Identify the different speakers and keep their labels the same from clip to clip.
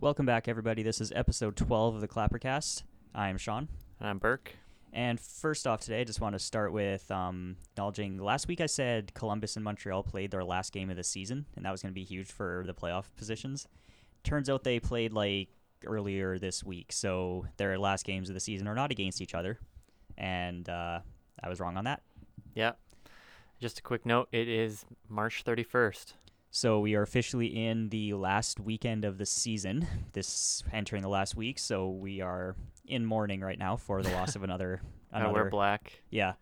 Speaker 1: Welcome back, everybody. This is episode 12 of the Clappercast. I'm Sean.
Speaker 2: And I'm Burke.
Speaker 1: And first off today, I just want to start with um, acknowledging last week I said Columbus and Montreal played their last game of the season, and that was going to be huge for the playoff positions. Turns out they played like earlier this week, so their last games of the season are not against each other. And uh, I was wrong on that.
Speaker 2: Yeah. Just a quick note it is March 31st.
Speaker 1: So we are officially in the last weekend of the season. This entering the last week, so we are in mourning right now for the loss of another.
Speaker 2: I
Speaker 1: another
Speaker 2: wear Uh, black.
Speaker 1: Yeah,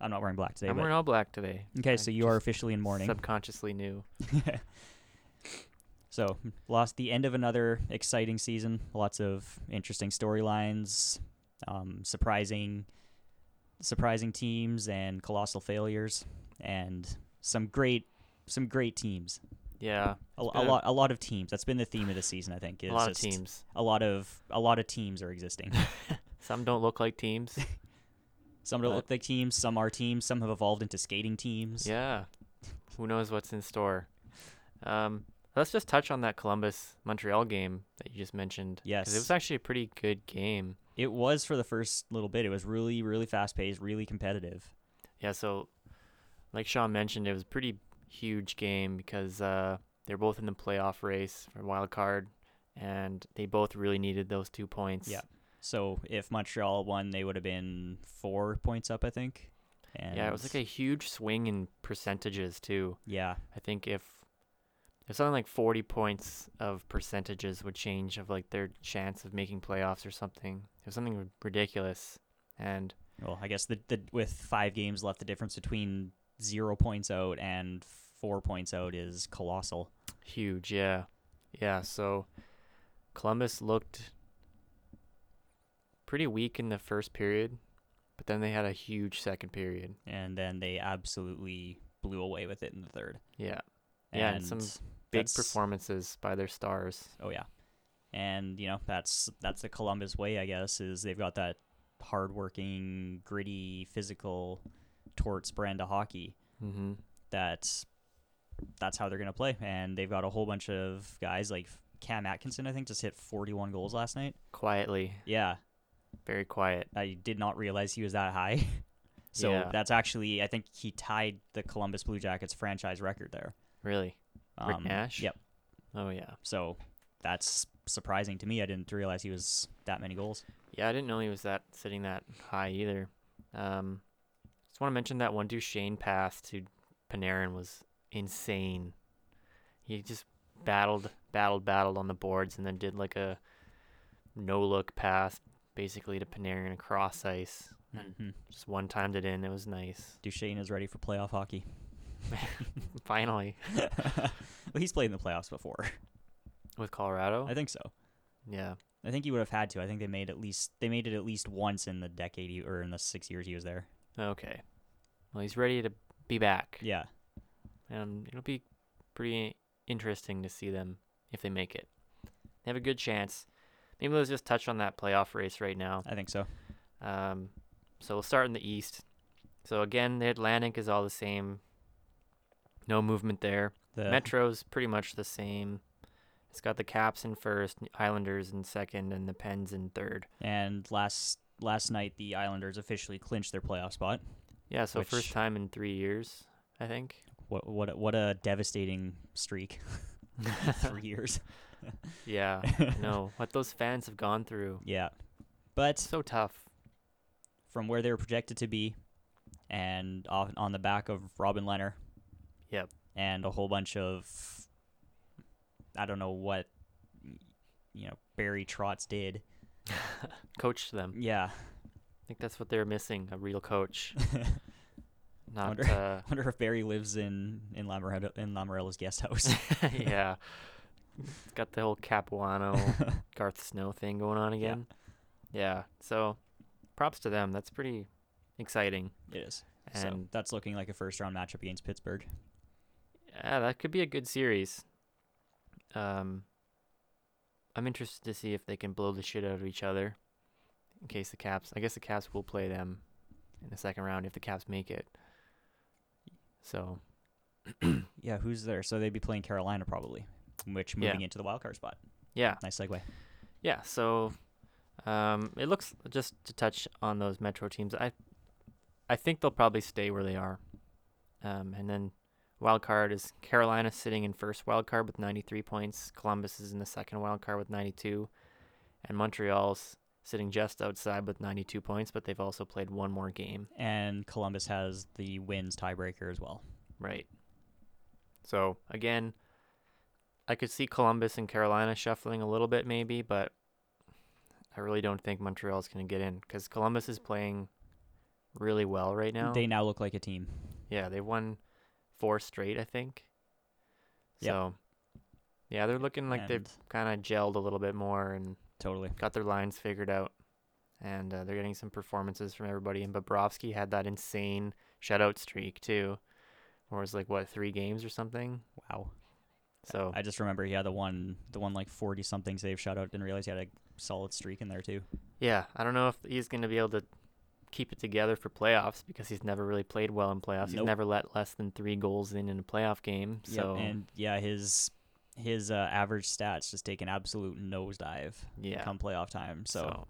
Speaker 1: I'm not wearing black today.
Speaker 2: I'm
Speaker 1: but-
Speaker 2: wearing all black today.
Speaker 1: okay,
Speaker 2: I
Speaker 1: so you are
Speaker 2: just
Speaker 1: officially in mourning.
Speaker 2: Subconsciously knew.
Speaker 1: so lost the end of another exciting season. Lots of interesting storylines, um, surprising, surprising teams, and colossal failures, and some great, some great teams.
Speaker 2: Yeah.
Speaker 1: A, a
Speaker 2: been a-
Speaker 1: lot, a lot of teams. That's been the theme of the season. I think is
Speaker 2: A lot of
Speaker 1: just
Speaker 2: teams.
Speaker 1: a lot of a lot of teams are existing.
Speaker 2: Some don't look like teams.
Speaker 1: Some don't
Speaker 2: But-
Speaker 1: look like teams. Some are teams. Some have evolved into skating teams.
Speaker 2: yeah. Who knows what's in store? Um, let's just touch on that Columbus Montreal game that you just mentioned. 'cause it
Speaker 1: Yes.
Speaker 2: was actually a pretty good game.
Speaker 1: It was for the first little bit. It was really, really fast paced, really competitive.
Speaker 2: Yeah, so like Sean mentioned, it was a pretty huge game because uh, they're both in the playoff race for wild card, and they both really needed those two points.
Speaker 1: Yeah. So if Montreal won, they would have been four points up, I think. And
Speaker 2: yeah, it was like a huge swing in percentages too.
Speaker 1: yeah,
Speaker 2: I think if if something like forty points of percentages would change of like their chance of making playoffs or something, it was something ridiculous. And
Speaker 1: Well, I guess the, the with five games left, the difference between zero points out and four points out is colossal.
Speaker 2: Huge, yeah. Yeah, so Columbus looked pretty weak in the first period, but then they had a huge second period.
Speaker 1: And then they absolutely blew away with it in the third.
Speaker 2: Yeah. Yeah, and some Big
Speaker 1: that's-
Speaker 2: performances by their stars.
Speaker 1: Oh yeah, and you know that's that's the Columbus way, I guess. Is they've got that hardworking, gritty, physical, torts brand of hockey.
Speaker 2: Mm-hmm.
Speaker 1: That's that's how they're gonna play, and they've got a whole bunch of guys like Cam Atkinson. I think just hit 41 goals last night.
Speaker 2: Quietly,
Speaker 1: Yeah,
Speaker 2: very quiet.
Speaker 1: I did not realize he was that high. so
Speaker 2: Yeah.
Speaker 1: that's actually I think he tied the Columbus Blue Jackets franchise record there. Um,
Speaker 2: Really? Rick Nash?
Speaker 1: Yep.
Speaker 2: Oh, yeah.
Speaker 1: So that's surprising to me. I didn't realize he was that many goals.
Speaker 2: Yeah, I didn't know he was that sitting that high either. Um, just want to mention that one Duchesne pass to Panarin was insane. He just battled, battled, battled on the boards, and then did like a no look pass, basically to Panarin across ice. And
Speaker 1: Mhm.
Speaker 2: just one timed it in. It was nice.
Speaker 1: Duchesne is ready for playoff hockey.
Speaker 2: Finally,
Speaker 1: well, he's played in the playoffs before.
Speaker 2: with Colorado.
Speaker 1: I think so.
Speaker 2: yeah,
Speaker 1: I think he would have had to. I think they made at least they made it at least once in the decade he, or in the six years he was there.
Speaker 2: okay. Well, he's ready to be back,
Speaker 1: Yeah,
Speaker 2: and it'll be pretty interesting to see them if they make it. They have a good chance. Maybe let's just touch on that playoff race right now.
Speaker 1: I think so.
Speaker 2: Um, so we'll start in the East. So again, the Atlantic is all the same. No movement there.
Speaker 1: The
Speaker 2: Metro's pretty much the same. It's got the Caps in first, Islanders in second, and the Pens in third.
Speaker 1: and last last night the Islanders officially clinched their playoff spot.
Speaker 2: Yeah, so
Speaker 1: Which-
Speaker 2: first time in three years, I think.
Speaker 1: What what a- what a devastating streak! Three years.
Speaker 2: yeah, I know what those fans have gone through.
Speaker 1: Yeah, but
Speaker 2: It's so tough.
Speaker 1: from where they were projected to be, and on, on the back of Robin Leonard.
Speaker 2: Yep.
Speaker 1: And a whole bunch of, I don't know what, you know, Barry Trotz did.
Speaker 2: Coach them.
Speaker 1: Yeah.
Speaker 2: I think that's what they're missing a real coach. Not,
Speaker 1: Wonder-
Speaker 2: uh,
Speaker 1: Wonder if Barry lives in in Lamarello, in Lamarella's guest house.
Speaker 2: uh, yeah. It's got the whole Capuano, Garth Snow thing going on
Speaker 1: Yeah.
Speaker 2: again. Yeah. So props to them. That's pretty exciting.
Speaker 1: it is. so
Speaker 2: And
Speaker 1: that's looking like a first round matchup against Pittsburgh.
Speaker 2: yeah, that could be a good series. Um I'm interested to see if they can blow the shit out of each other. In case the Caps I guess the Caps will play them in the second round if the Caps make it. So
Speaker 1: Yeah, who's there? So they'd be playing Carolina probably, which
Speaker 2: Yeah.
Speaker 1: moving into the wild card spot.
Speaker 2: Yeah.
Speaker 1: Nice segue.
Speaker 2: Yeah, so um, it looks just to touch on those Metro teams. I I think they'll probably stay where they are, um, and then wild card is Carolina sitting in first wild card with 93 points. Columbus is in the second wild card with 92, and Montreal's sitting just outside with 92 points, but they've also played one more game.
Speaker 1: And Columbus has the wins tiebreaker as well.
Speaker 2: Right. So again, I could see Columbus and Carolina shuffling a little bit maybe, but I really don't think Montreal's going to get in because Columbus is playing really well right now.
Speaker 1: They now look like a team.
Speaker 2: yeah, they won four straight, I think.
Speaker 1: Yep.
Speaker 2: So yeah, they're looking like they've
Speaker 1: And-
Speaker 2: kind of gelled a little bit more and
Speaker 1: Totally.
Speaker 2: got their lines figured out. And uh, they're getting some performances from everybody. And Bobrovsky had that insane shutout streak too, where it was like what three games or something.
Speaker 1: Wow.
Speaker 2: So
Speaker 1: I just remember he had the one, the one like forty something save shutout. Didn't realize he had a solid streak in there too.
Speaker 2: Yeah, I don't know if he's going to be able to keep it together for playoffs because he's never really played well in playoffs. He's
Speaker 1: Nope.
Speaker 2: never let less than three goals in in a playoff game. So
Speaker 1: Yep, and yeah, his his uh, average stats just take an absolute nosedive
Speaker 2: yeah,
Speaker 1: come playoff time. So,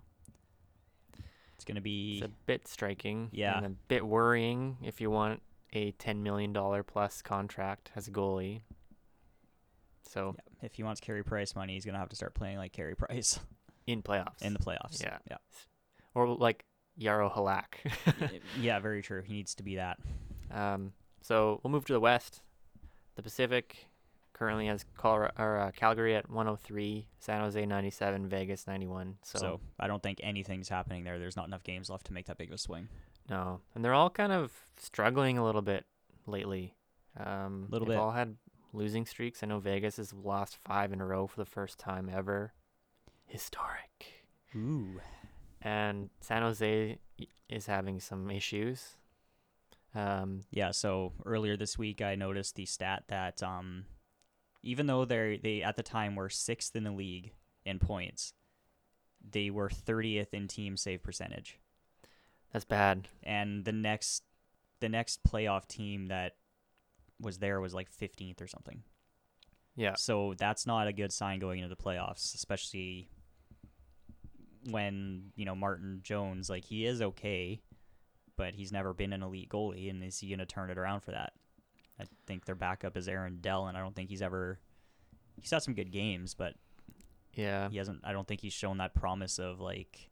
Speaker 1: it's gonna be
Speaker 2: it's a bit striking.
Speaker 1: Yeah.
Speaker 2: and a bit worrying if you want a ten million dollar plus contract as a goalie. So
Speaker 1: if he wants Carey Price money, he's gonna have to start playing like Carey Price
Speaker 2: in playoffs,
Speaker 1: in the playoffs.
Speaker 2: Yeah.
Speaker 1: yeah,
Speaker 2: or like Yarrow Halak.
Speaker 1: Y- yeah. Very true. He needs to be that.
Speaker 2: Um, so we'll move to the West. The Pacific currently has Colorado, or, uh, Calgary at 103, San Jose 97, Vegas 91. So,
Speaker 1: So. I don't think anything's happening there. There's not enough games left to make that big of a swing.
Speaker 2: no, and they're all kind of struggling a little bit lately. Um,
Speaker 1: Little
Speaker 2: they've
Speaker 1: bit.
Speaker 2: All had losing streaks. I know Vegas has lost five in a row for the first time ever. Historic.
Speaker 1: Ooh,
Speaker 2: And San Jose i- is having some issues. Um,
Speaker 1: yeah. So earlier this week, I noticed the stat that um, even though they they at the time were sixth in the league in points, they were thirtieth in team save percentage.
Speaker 2: that's bad.
Speaker 1: and the next the next playoff team that was there was like 15th or something.
Speaker 2: Yeah.
Speaker 1: So that's not a good sign going into the playoffs, especially when, you know, Martin Jones like he is okay, but he's never been an elite goalie and is he going to turn it around for that? I think their backup is Aaron Dell and I don't think he's ever he's had some good games, but
Speaker 2: Yeah.
Speaker 1: he hasn't i don't think he's shown that promise of like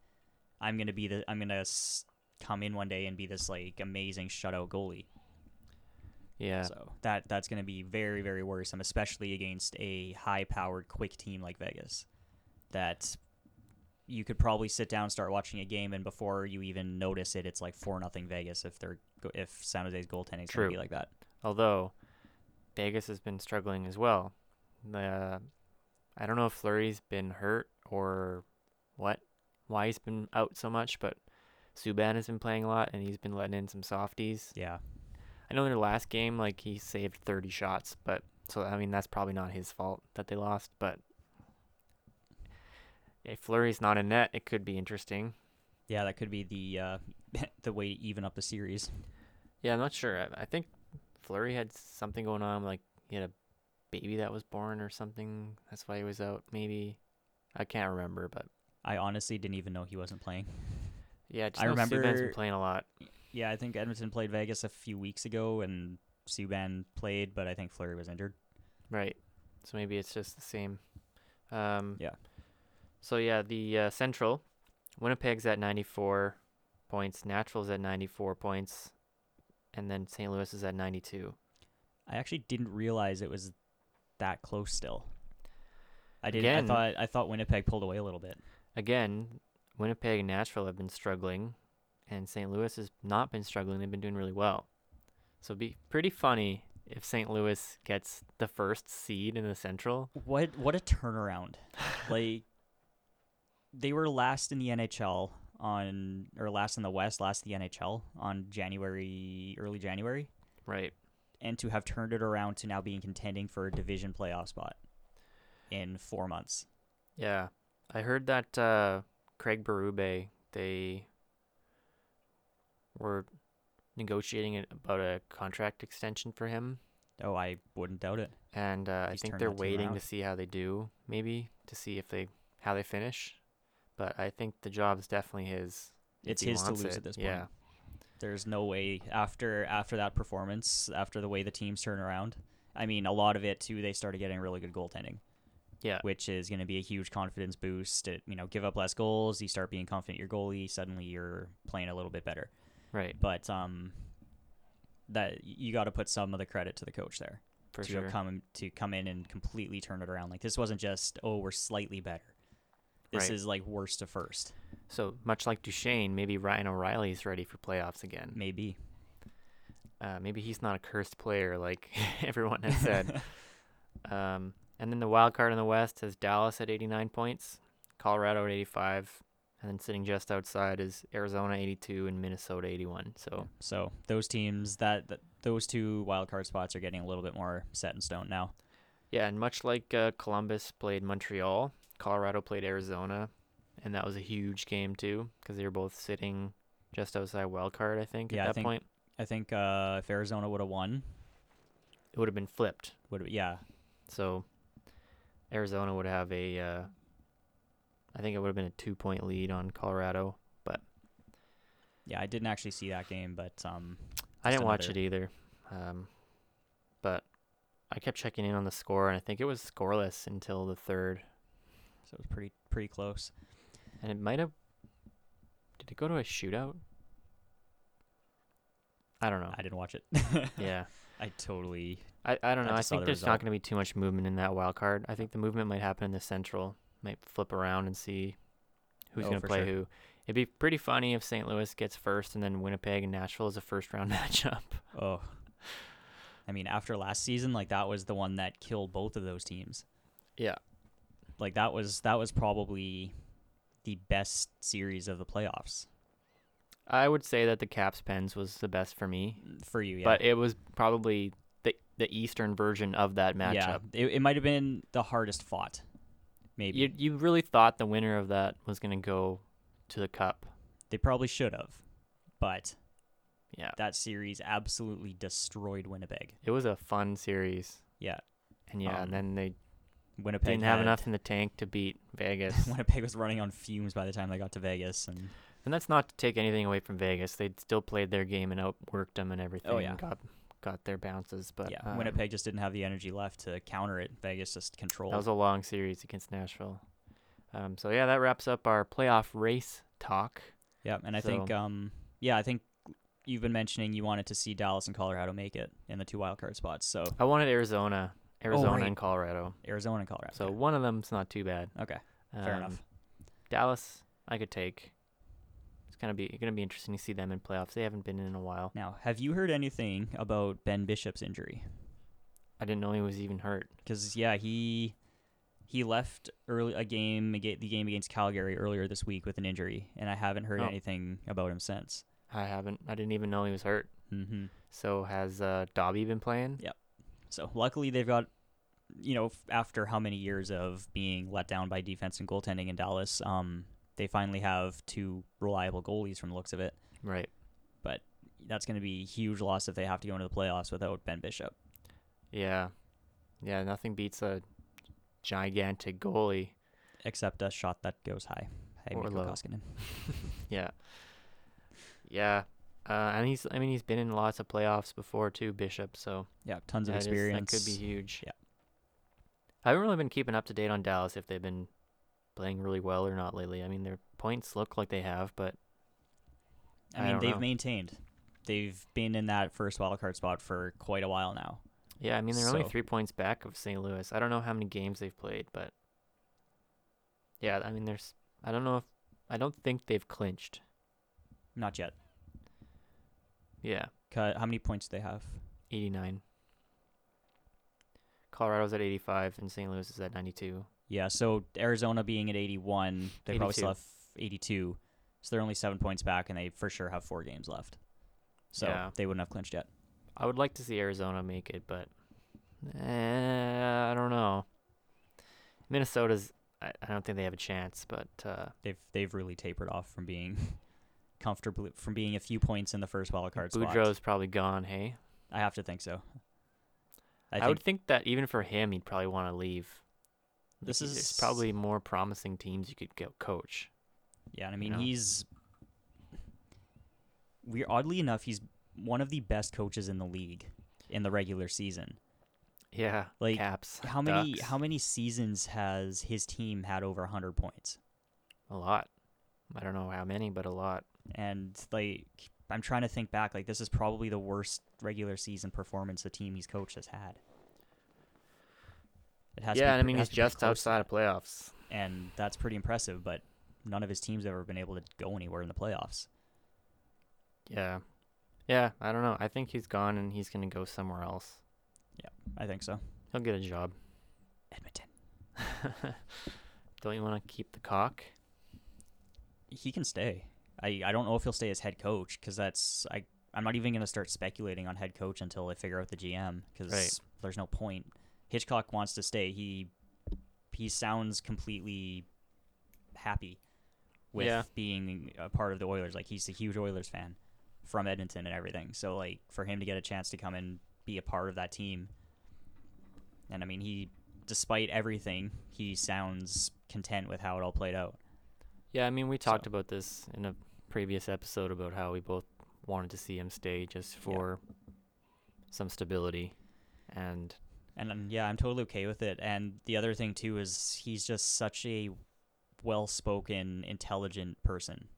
Speaker 1: i'm gonna be the i'm gonna s- come in one day and be this like amazing shutout goalie
Speaker 2: Yeah.
Speaker 1: so that that's gonna be very very worrisome especially against a high powered quick team like vegas that you could probably sit down start watching a game and before you even notice it it's like four nothing vegas if they're go- if san jose's goaltending is gonna be
Speaker 2: True.
Speaker 1: like that
Speaker 2: although Vegas has been struggling as well. The I don't know if Flurry's been hurt or what, why he's been out so much, but Subban has been playing a lot and he's been letting in some softies.
Speaker 1: yeah
Speaker 2: I know their last game, like he saved 30 shots, but so I mean that's probably not his fault that they lost, but if Flurry's not in net, it could be interesting.
Speaker 1: yeah that could be the uh the way to even up the series
Speaker 2: Yeah, I'm not sure. I, I think Flurry had something going on, like he had a baby that was born or something. That's why he was out. Maybe I can't remember, but
Speaker 1: i honestly didn't even know he wasn't playing
Speaker 2: yeah, just
Speaker 1: I
Speaker 2: I remember Subban's been
Speaker 1: remember-
Speaker 2: playing a lot.
Speaker 1: Yeah, I think Edmonton played Vegas a few weeks ago, and Subban played, but I think Fleury was injured.
Speaker 2: Right. So maybe it's just the same. Um,
Speaker 1: Yeah.
Speaker 2: So yeah, the uh, Central, Winnipeg's at 94 points, Natural's at 94 points, and then St. Louis is at 92.
Speaker 1: I actually didn't realize it was that close still. I didn't.
Speaker 2: Again-
Speaker 1: I thought I thought Winnipeg pulled away a little bit.
Speaker 2: again, Winnipeg and Nashville have been struggling, and St. Louis has not been struggling. They've been doing really well. So it'd be pretty funny if St. Louis gets the first seed in the Central.
Speaker 1: What what a turnaround! like they were last in the NHL on or last in the West, last in the NHL on January early January,
Speaker 2: Right.
Speaker 1: and to have turned it around to now being contending for a division playoff spot in four months.
Speaker 2: Yeah. I heard that uh, Craig Berube, they were negotiating it about a contract extension for him.
Speaker 1: Oh, I wouldn't doubt it.
Speaker 2: and uh, I
Speaker 1: Please
Speaker 2: think
Speaker 1: turn
Speaker 2: they're
Speaker 1: that team
Speaker 2: waiting
Speaker 1: around.
Speaker 2: to see how they do, maybe to see if they how they finish. But I think the job is definitely his. if
Speaker 1: It's
Speaker 2: he
Speaker 1: his to
Speaker 2: wants
Speaker 1: lose
Speaker 2: it.
Speaker 1: at this point.
Speaker 2: Yeah,
Speaker 1: There's no way after after that performance, after the way the teams turn around. I mean, a lot of it too. They started getting really good goaltending,
Speaker 2: yeah,
Speaker 1: which is going to be a huge confidence boost. It, you know, give up less goals. You start being confident. in Your goalie suddenly you're playing a little bit better.
Speaker 2: right,
Speaker 1: But um, that you got to put some of the credit to the coach there.
Speaker 2: for
Speaker 1: to
Speaker 2: sure.
Speaker 1: come to come in and completely turn it around. Like this wasn't just oh we're slightly better. This
Speaker 2: Right.
Speaker 1: is like worst to first,
Speaker 2: So much like Duchesne, maybe Ryan O'Reilly's ready for playoffs again.
Speaker 1: maybe.
Speaker 2: Uh, maybe he's not a cursed player like everyone has said. um, and then the wild card in the West has Dallas at 89 points, Colorado at 85, and then sitting just outside is Arizona 82 and Minnesota 81. So
Speaker 1: So those teams that, that those two wild card spots are getting a little bit more set in stone now.
Speaker 2: Yeah, and much like uh, Columbus played Montreal, Colorado played Arizona, and that was a huge game too because they were both sitting just outside wild card. I think
Speaker 1: Yeah, I
Speaker 2: at that
Speaker 1: think-
Speaker 2: point
Speaker 1: I think uh, if Arizona would have won,
Speaker 2: it would have been flipped,
Speaker 1: would yeah
Speaker 2: so Arizona would have a. Uh, I think it would have been a two-point lead on Colorado.
Speaker 1: yeah I didn't actually see that game, but um
Speaker 2: I
Speaker 1: Just
Speaker 2: didn't watch it
Speaker 1: another-
Speaker 2: either, um, but I kept checking in on the score, and I think it was scoreless until the third,
Speaker 1: so it was pretty pretty close.
Speaker 2: and it might have. Did it go to a shootout? I don't know.
Speaker 1: I didn't watch it.
Speaker 2: Oh. yeah.
Speaker 1: I totally
Speaker 2: I, I don't
Speaker 1: I
Speaker 2: know. I,
Speaker 1: just saw
Speaker 2: think
Speaker 1: the
Speaker 2: there's
Speaker 1: result.
Speaker 2: not going to be too much movement in that wild card. I think the movement might happen in the central. Might flip around and see who's
Speaker 1: Oh,
Speaker 2: going to
Speaker 1: for
Speaker 2: play
Speaker 1: sure.
Speaker 2: who. It'd be pretty funny if St. Louis gets first and then Winnipeg and Nashville is a first round matchup.
Speaker 1: oh. I mean, after last season, like that was the one that killed both of those teams.
Speaker 2: Yeah.
Speaker 1: like that was that was probably the best series of the playoffs
Speaker 2: I would say that the Caps Pens was the best for me,
Speaker 1: for you. Mm, Yeah,
Speaker 2: but it was probably the the Eastern version of that matchup.
Speaker 1: yeah, it, it might have been the hardest fought. Maybe
Speaker 2: You you really thought the winner of that was going to go to the cup.
Speaker 1: they probably should have, but
Speaker 2: Yeah.
Speaker 1: that series absolutely destroyed Winnipeg.
Speaker 2: It was a fun series.
Speaker 1: Yeah,
Speaker 2: And yeah,
Speaker 1: Um,
Speaker 2: and then they
Speaker 1: Winnipeg
Speaker 2: didn't have
Speaker 1: had-
Speaker 2: enough in the tank to beat Vegas.
Speaker 1: Winnipeg was running on fumes by the time they got to Vegas, and
Speaker 2: And that's not to take anything away from Vegas. They still played their game and outworked them and everything.
Speaker 1: Oh, yeah.
Speaker 2: And got got their bounces, but
Speaker 1: yeah,
Speaker 2: um,
Speaker 1: Winnipeg just didn't have the energy left to counter it. Vegas just controlled.
Speaker 2: That was a long series against Nashville. Um, so yeah, that wraps up our playoff race talk.
Speaker 1: yeah, and I think
Speaker 2: so-
Speaker 1: um yeah, I think you've been mentioning you wanted to see Dallas and Colorado make it in the two wild card spots. So
Speaker 2: I wanted Arizona, Arizona
Speaker 1: Oh, right.
Speaker 2: and Colorado.
Speaker 1: Arizona and Colorado.
Speaker 2: So one of them's not too bad.
Speaker 1: okay, fair
Speaker 2: Um,
Speaker 1: enough.
Speaker 2: Dallas, I could take. It's gonna be gonna be interesting to see them in playoffs. They haven't been in a while.
Speaker 1: Now, have you heard anything about Ben Bishop's injury?
Speaker 2: I didn't know he was even hurt.
Speaker 1: Because yeah, he he left early a game aga- the game against Calgary earlier this week with an injury, and I haven't heard
Speaker 2: Oh.
Speaker 1: anything about him since.
Speaker 2: I haven't. I didn't even know he was hurt.
Speaker 1: hmm
Speaker 2: So has uh, Dobby been playing?
Speaker 1: So luckily they've got you know f- after how many years of being let down by defense and goaltending in Dallas, um, they finally have two reliable goalies from the looks of it.
Speaker 2: Right.
Speaker 1: That's going to be a huge loss if they have to go into the playoffs without Ben Bishop.
Speaker 2: Yeah. Yeah, nothing beats a gigantic goalie.
Speaker 1: Except a shot that goes high. Hey,
Speaker 2: Or
Speaker 1: Mikko
Speaker 2: low.
Speaker 1: Koskinen.
Speaker 2: Yeah. Yeah. Uh, and he's I mean he's been in lots of playoffs before too, Bishop, so
Speaker 1: Yeah, tons of
Speaker 2: that is-
Speaker 1: experience.
Speaker 2: that could be huge.
Speaker 1: Yeah.
Speaker 2: I haven't really been keeping up to date on Dallas if they've been playing really well or not lately. I mean their points look like they have, but
Speaker 1: I
Speaker 2: I
Speaker 1: mean,
Speaker 2: don't
Speaker 1: they've
Speaker 2: know.
Speaker 1: maintained. They've been in that first wild card spot for quite a while now.
Speaker 2: yeah, I mean they're only
Speaker 1: So-
Speaker 2: three points back of St. Louis. I don't know how many games they've played, but yeah, I mean there's I don't know if I don't think they've clinched.
Speaker 1: Not yet.
Speaker 2: Yeah.
Speaker 1: Ca- How many points do they have?
Speaker 2: 89. Colorado's at 85 and St. Louis is at 92.
Speaker 1: Yeah, so Arizona being at 81, they probably still have 82. So they're only seven points back, and they for sure have four games left. So
Speaker 2: Yeah.
Speaker 1: they wouldn't have clinched yet.
Speaker 2: I would like to see Arizona make it, but eh, I don't know. Minnesota's I, I don't think they have a chance, but uh,
Speaker 1: They've they've really tapered off from being comfortably from being a few points in the first wild card spot.
Speaker 2: Boudreaux's probably gone, hey.
Speaker 1: I have to think so. I,
Speaker 2: I,
Speaker 1: think
Speaker 2: would think that even for him, he'd probably want to leave. Like,
Speaker 1: This
Speaker 2: he- there's
Speaker 1: is-
Speaker 2: probably more promising teams you could go coach.
Speaker 1: Yeah, and I mean
Speaker 2: know?
Speaker 1: he's we oddly enough he's one of the best coaches in the league in the regular season.
Speaker 2: Yeah,
Speaker 1: Like,
Speaker 2: caps.
Speaker 1: How many
Speaker 2: Ducks,
Speaker 1: how many seasons has his team had over 100 points?
Speaker 2: a lot. I don't know how many, but a lot.
Speaker 1: And like I'm trying to think back like this is probably the worst regular season performance the team he's coached has had. It has to be
Speaker 2: yeah, and I
Speaker 1: pre-
Speaker 2: mean
Speaker 1: has to
Speaker 2: he's
Speaker 1: be pretty
Speaker 2: just
Speaker 1: close to
Speaker 2: outside
Speaker 1: that.
Speaker 2: of playoffs.
Speaker 1: and that's pretty impressive. But none of his teams have ever been able to go anywhere in the playoffs.
Speaker 2: Yeah, yeah. I don't know. I think he's gone and he's gonna go somewhere else.
Speaker 1: I think so.
Speaker 2: He'll get a job.
Speaker 1: Edmonton.
Speaker 2: don't you want to keep the cock?
Speaker 1: He can stay. I, I don't know if he'll stay as head coach because that's I I'm not even gonna start speculating on head coach until I figure out the GM because
Speaker 2: Right.
Speaker 1: there's no point. Hitchcock wants to stay. He he sounds completely happy with
Speaker 2: Yeah.
Speaker 1: being a part of the Oilers. Like he's a huge Oilers fan from Edmonton and everything. So like for him to get a chance to come and be a part of that team, and I mean he, despite everything, he sounds content with how it all played out.
Speaker 2: Yeah, I mean, we
Speaker 1: So-
Speaker 2: talked about this in a previous episode about how we both wanted to see him stay just for some stability. And
Speaker 1: And um, yeah, I'm totally okay with it. And the other thing too is he's just such a well-spoken, intelligent person.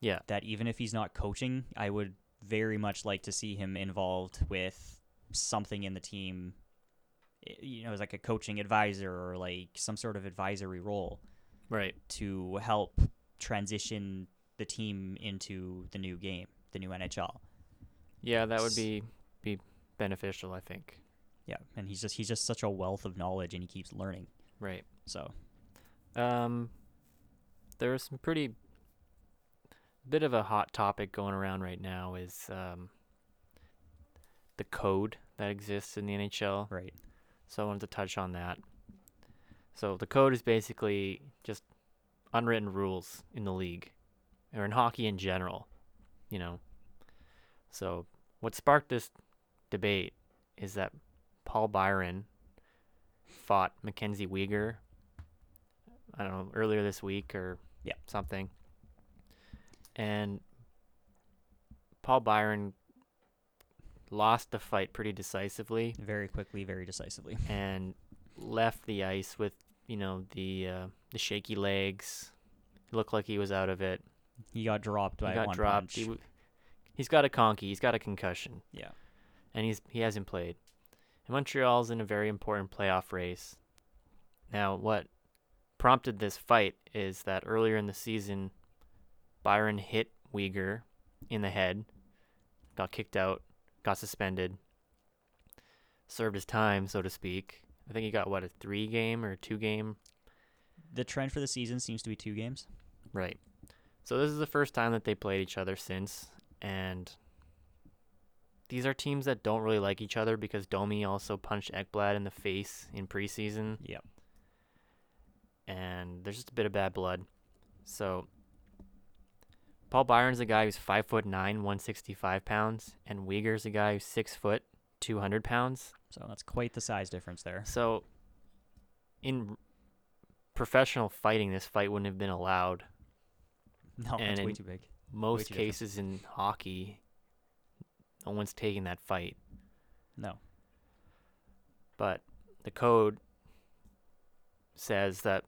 Speaker 2: Yeah.
Speaker 1: That even if he's not coaching, I would very much like to see him involved with something in the team. i- You know, as like a coaching advisor or like some sort of advisory role
Speaker 2: right,
Speaker 1: to help transition the team into the new game, the new NHL.
Speaker 2: yeah, that would
Speaker 1: S-
Speaker 2: be be beneficial, I think.
Speaker 1: Yeah, and he's just he's just such a wealth of knowledge, and he keeps learning.
Speaker 2: Right.
Speaker 1: So
Speaker 2: Um, there is some pretty bit of a hot topic going around right now is um the code that exists in the NHL.
Speaker 1: right,
Speaker 2: So I wanted to touch on that. So the code is basically just unwritten rules in the league or in hockey in general, you know. So what sparked this debate is that Paul Byron fought Mackenzie Weegar I don't know, earlier this week or
Speaker 1: Yeah.
Speaker 2: something. And Paul Byron lost the fight pretty decisively
Speaker 1: very quickly, very decisively.
Speaker 2: and left the ice with you know the uh, the shaky legs. Looked like he was out of it.
Speaker 1: He got dropped by
Speaker 2: he got
Speaker 1: one
Speaker 2: dropped.
Speaker 1: punch.
Speaker 2: He w- he's got a conky. He's got a concussion,
Speaker 1: yeah,
Speaker 2: and he's he hasn't played. And Montreal's in a very important playoff race. Now, what prompted this fight is that earlier in the season, Byron hit Uyghur in the head, got kicked out, got suspended, served his time, so to speak. I think he got what a three game or two game
Speaker 1: the trend for the season seems to be two games.
Speaker 2: Right. So this is the first time that they played each other since, and these are teams that don't really like each other because Domi also punched Ekblad in the face in preseason,
Speaker 1: Yep.
Speaker 2: and there's just a bit of bad blood. So Paul Byron's a guy who's five foot nine, 165 pounds, and Uyghur's a guy who's six foot, 200 pounds.
Speaker 1: So that's quite the size difference there.
Speaker 2: So, in r- professional fighting, this fight wouldn't have been allowed.
Speaker 1: No,
Speaker 2: And
Speaker 1: that's way
Speaker 2: in-
Speaker 1: too big.
Speaker 2: most
Speaker 1: too different.
Speaker 2: cases in hockey, no one's taking that fight.
Speaker 1: No.
Speaker 2: But the code says that,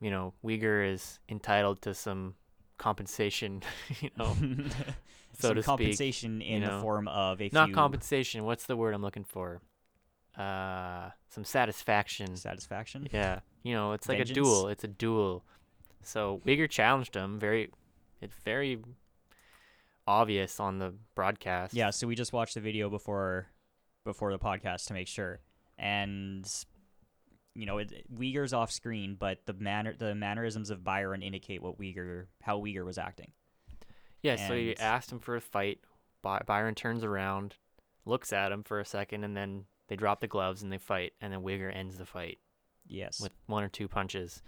Speaker 2: you know, Uyghur is entitled to some compensation, you know, oh, so
Speaker 1: Some
Speaker 2: to speak.
Speaker 1: compensation in the
Speaker 2: know.
Speaker 1: form of a
Speaker 2: Not
Speaker 1: few
Speaker 2: compensation. What's the word I'm looking for? Uh, some satisfaction.
Speaker 1: satisfaction.
Speaker 2: Yeah, you know, it's like
Speaker 1: Vengeance?
Speaker 2: a duel. It's a duel. So Uyghur challenged him. Very, it's very obvious on the broadcast.
Speaker 1: Yeah, so we just watched the video before before the podcast to make sure. And you know, it, Uyghur's off screen, but the manner the mannerisms of Byron indicate what Uyghur how Uyghur was acting.
Speaker 2: Yeah, so you
Speaker 1: and-
Speaker 2: asked him for a fight. By- Byron turns around, looks at him for a second, and then they drop the gloves and they fight. And then Wigger ends the fight
Speaker 1: Yes.
Speaker 2: with one or two punches.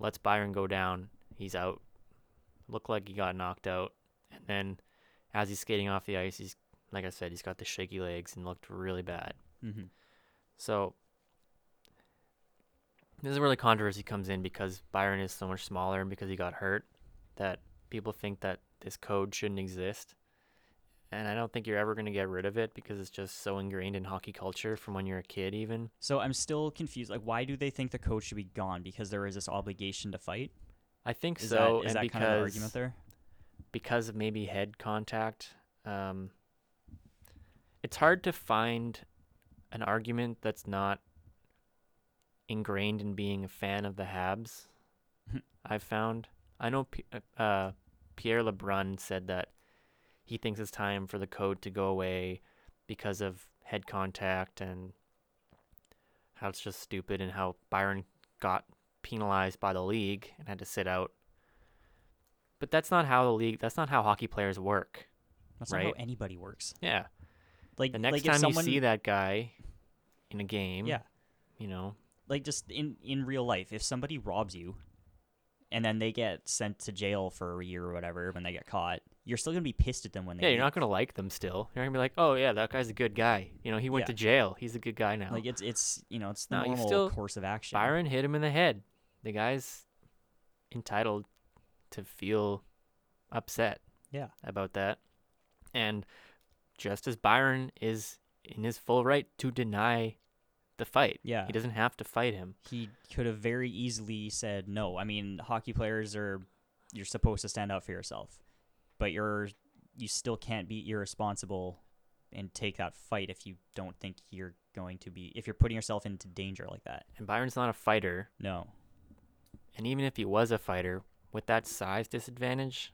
Speaker 2: Lets Byron go down. He's out. Looked like he got knocked out. And then as he's skating off the ice, he's, like I said, he's got the shaky legs and looked really bad.
Speaker 1: mm-hmm.
Speaker 2: So this is where the controversy comes in because Byron is so much smaller and because he got hurt that people think that this code shouldn't exist. And I don't think you're ever going to get rid of it because it's just so ingrained in hockey culture from when you're a kid, even.
Speaker 1: So I'm still confused. Like, why do they think the coach should be gone? Because there is this obligation to fight.
Speaker 2: I think
Speaker 1: Is
Speaker 2: so.
Speaker 1: that, is
Speaker 2: and
Speaker 1: that
Speaker 2: because,
Speaker 1: kind of the argument there?
Speaker 2: because of maybe head contact. Um, it's hard to find an argument that's not ingrained in being a fan of the Habs. I've found. I know P- uh, uh, Pierre LeBrun said that he thinks it's time for the code to go away because of head contact and how it's just stupid and how Byron got penalized by the league and had to sit out. But that's not how the league. That's not how hockey players work.
Speaker 1: That's not how
Speaker 2: right.
Speaker 1: anybody works.
Speaker 2: Yeah.
Speaker 1: Like
Speaker 2: The next
Speaker 1: like
Speaker 2: time
Speaker 1: if someone,
Speaker 2: you see that guy in a game,
Speaker 1: yeah,
Speaker 2: you know,
Speaker 1: like just in in real life, if somebody robs you, and then they get sent to jail for a year or whatever when they get caught, you're still gonna be pissed at them when they.
Speaker 2: yeah,
Speaker 1: leave.
Speaker 2: you're not gonna like them still. You're not gonna be like, oh yeah, that guy's a good guy. You know, he went
Speaker 1: Yeah.
Speaker 2: to jail. He's a good guy now.
Speaker 1: Like it's it's you know it's the
Speaker 2: No, you
Speaker 1: normal
Speaker 2: still-
Speaker 1: course of action.
Speaker 2: Byron hit him in the head. The guy's entitled to feel upset.
Speaker 1: Yeah.
Speaker 2: About that. And just as Byron is in his full right to deny the fight.
Speaker 1: Yeah.
Speaker 2: He doesn't have to fight him.
Speaker 1: he could have very easily said no. I mean, hockey players are you're supposed to stand up for yourself, but you're you still can't be irresponsible and take that fight if you don't think you're going to be if you're putting yourself into danger like that.
Speaker 2: And Byron's not a fighter.
Speaker 1: No.
Speaker 2: And even if he was a fighter, with that size disadvantage,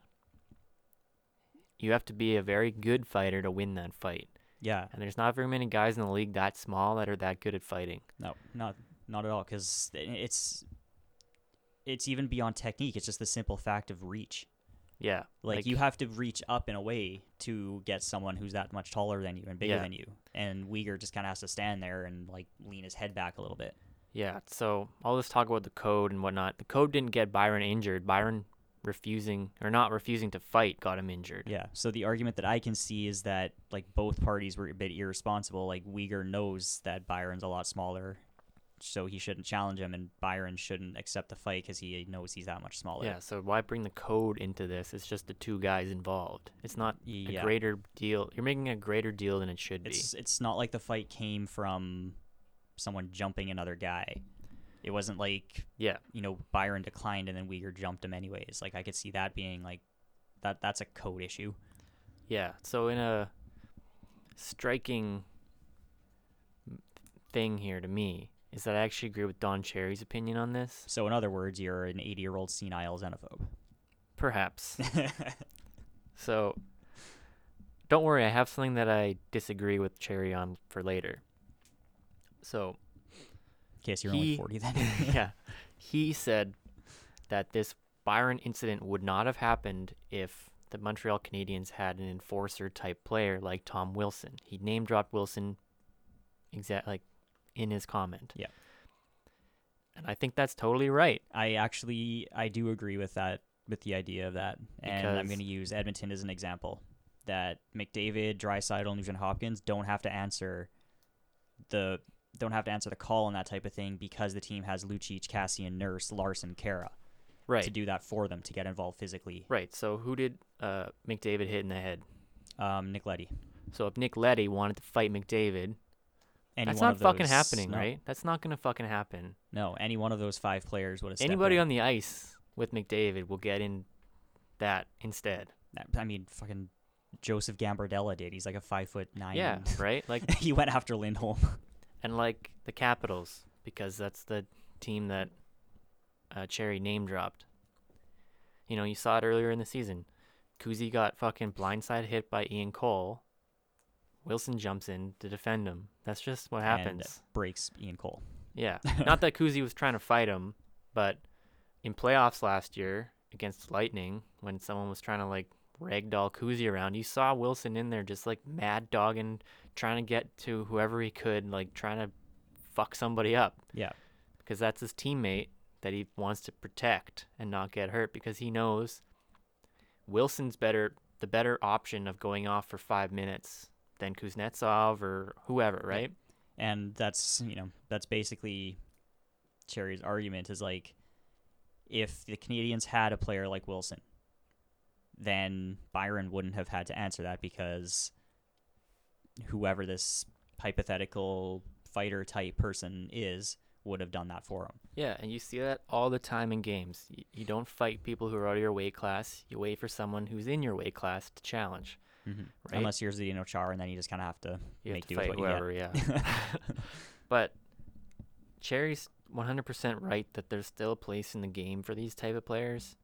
Speaker 2: you have to be a very good fighter to win that fight.
Speaker 1: Yeah.
Speaker 2: And there's not very many guys in the league that small that are that good at fighting.
Speaker 1: No. Not not at all cuz it's it's even beyond technique. It's just the simple fact of reach.
Speaker 2: Yeah.
Speaker 1: Like, you have to reach up in a way to get someone who's that much taller than you and bigger
Speaker 2: Yeah.
Speaker 1: than you. And Uyghur just kind of has to stand there and like lean his head back a little bit.
Speaker 2: Yeah, so all this talk about the code and whatnot, the code didn't get Byron injured. Byron refusing or not refusing to fight got him injured.
Speaker 1: Yeah. So the argument that I can see is that like both parties were a bit irresponsible. Like Uyghur knows that Byron's a lot smaller, so he shouldn't challenge him, and Byron shouldn't accept the fight because he knows he's that much smaller.
Speaker 2: Yeah, so why bring the code into this? It's just the two guys involved. It's not
Speaker 1: Yeah.
Speaker 2: a greater deal. You're making a greater deal than it should
Speaker 1: It's it's not like the fight came from someone jumping another guy. It wasn't like
Speaker 2: be. Yeah.
Speaker 1: you know Byron declined and then Uyghur jumped him anyways. Like I could see that being like that that's a code issue.
Speaker 2: Yeah. So in a striking m- thing here to me is that I actually agree with Don Cherry's opinion on this.
Speaker 1: So in other words, you're an 80 year old senile xenophobe.
Speaker 2: Perhaps. So don't worry, I have something that I disagree with Cherry on for later. So
Speaker 1: In case you're only
Speaker 2: He-
Speaker 1: 40 then.
Speaker 2: yeah, he said that this Byron incident would not have happened if the Montreal Canadiens had an enforcer type player like Tom Wilson. He name dropped Wilson exact like in his comment.
Speaker 1: Yeah.
Speaker 2: And I think that's totally right.
Speaker 1: I actually I do agree with that with the idea of that, and I'm
Speaker 2: Because-
Speaker 1: going to use Edmonton as an example. That McDavid, Drysaitel, Nugent Hopkins don't have to answer the don't have to answer the call and that type of thing because the team has Lucic, Cassian, Nurse, Larson, Kara
Speaker 2: Right.
Speaker 1: to do that for them to get involved physically.
Speaker 2: Right. So who did uh, McDavid hit in the head?
Speaker 1: Um, Nick Letty,
Speaker 2: So if Nick Letty wanted to fight McDavid,
Speaker 1: any
Speaker 2: That's
Speaker 1: one
Speaker 2: not
Speaker 1: of those,
Speaker 2: fucking happening,
Speaker 1: no,
Speaker 2: right? That's not gonna fucking happen.
Speaker 1: No, any one of those five players would have. stepped
Speaker 2: Anybody
Speaker 1: in.
Speaker 2: on the ice with McDavid will get in that instead.
Speaker 1: That- I mean, fucking Joseph Gambardella did. He's like a five foot nine.
Speaker 2: yeah, right. Like
Speaker 1: he went after Lindholm.
Speaker 2: and like the Capitals because that's the team that uh, Cherry name dropped. You know, you saw it earlier in the season. Kuzi got fucking blindside hit by Ian Cole. Wilson jumps in to defend him. That's just what
Speaker 1: and
Speaker 2: happens.
Speaker 1: breaks Ian Cole.
Speaker 2: Yeah. Not that Kuzi was trying to fight him, but in playoffs last year against Lightning, when someone was trying to like ragdoll Kuzi around, you saw Wilson in there just like mad dogging, trying to get to whoever he could, like trying to fuck somebody up
Speaker 1: Yeah.
Speaker 2: because that's his teammate that he wants to protect and not get hurt because he knows Wilson's better, the better option of going off for five minutes than Kuznetsov or whoever, right?
Speaker 1: and that's you know that's basically Cherry's argument is like if the Canadians had a player like Wilson, then Byron wouldn't have had to answer that because whoever this hypothetical fighter type person is would have done that for him.
Speaker 2: Yeah, and you see that all the time in games. You, you don't fight people who are out of your weight class. You wait for someone who's in your weight class to challenge. Right.
Speaker 1: Unless you're Zdeno Char, and then you just kind of have to
Speaker 2: You
Speaker 1: make
Speaker 2: have to
Speaker 1: do with
Speaker 2: fight
Speaker 1: what
Speaker 2: whoever, yeah.
Speaker 1: you get.
Speaker 2: But Cherry's 100% right that there's still a place in the game for these type of players.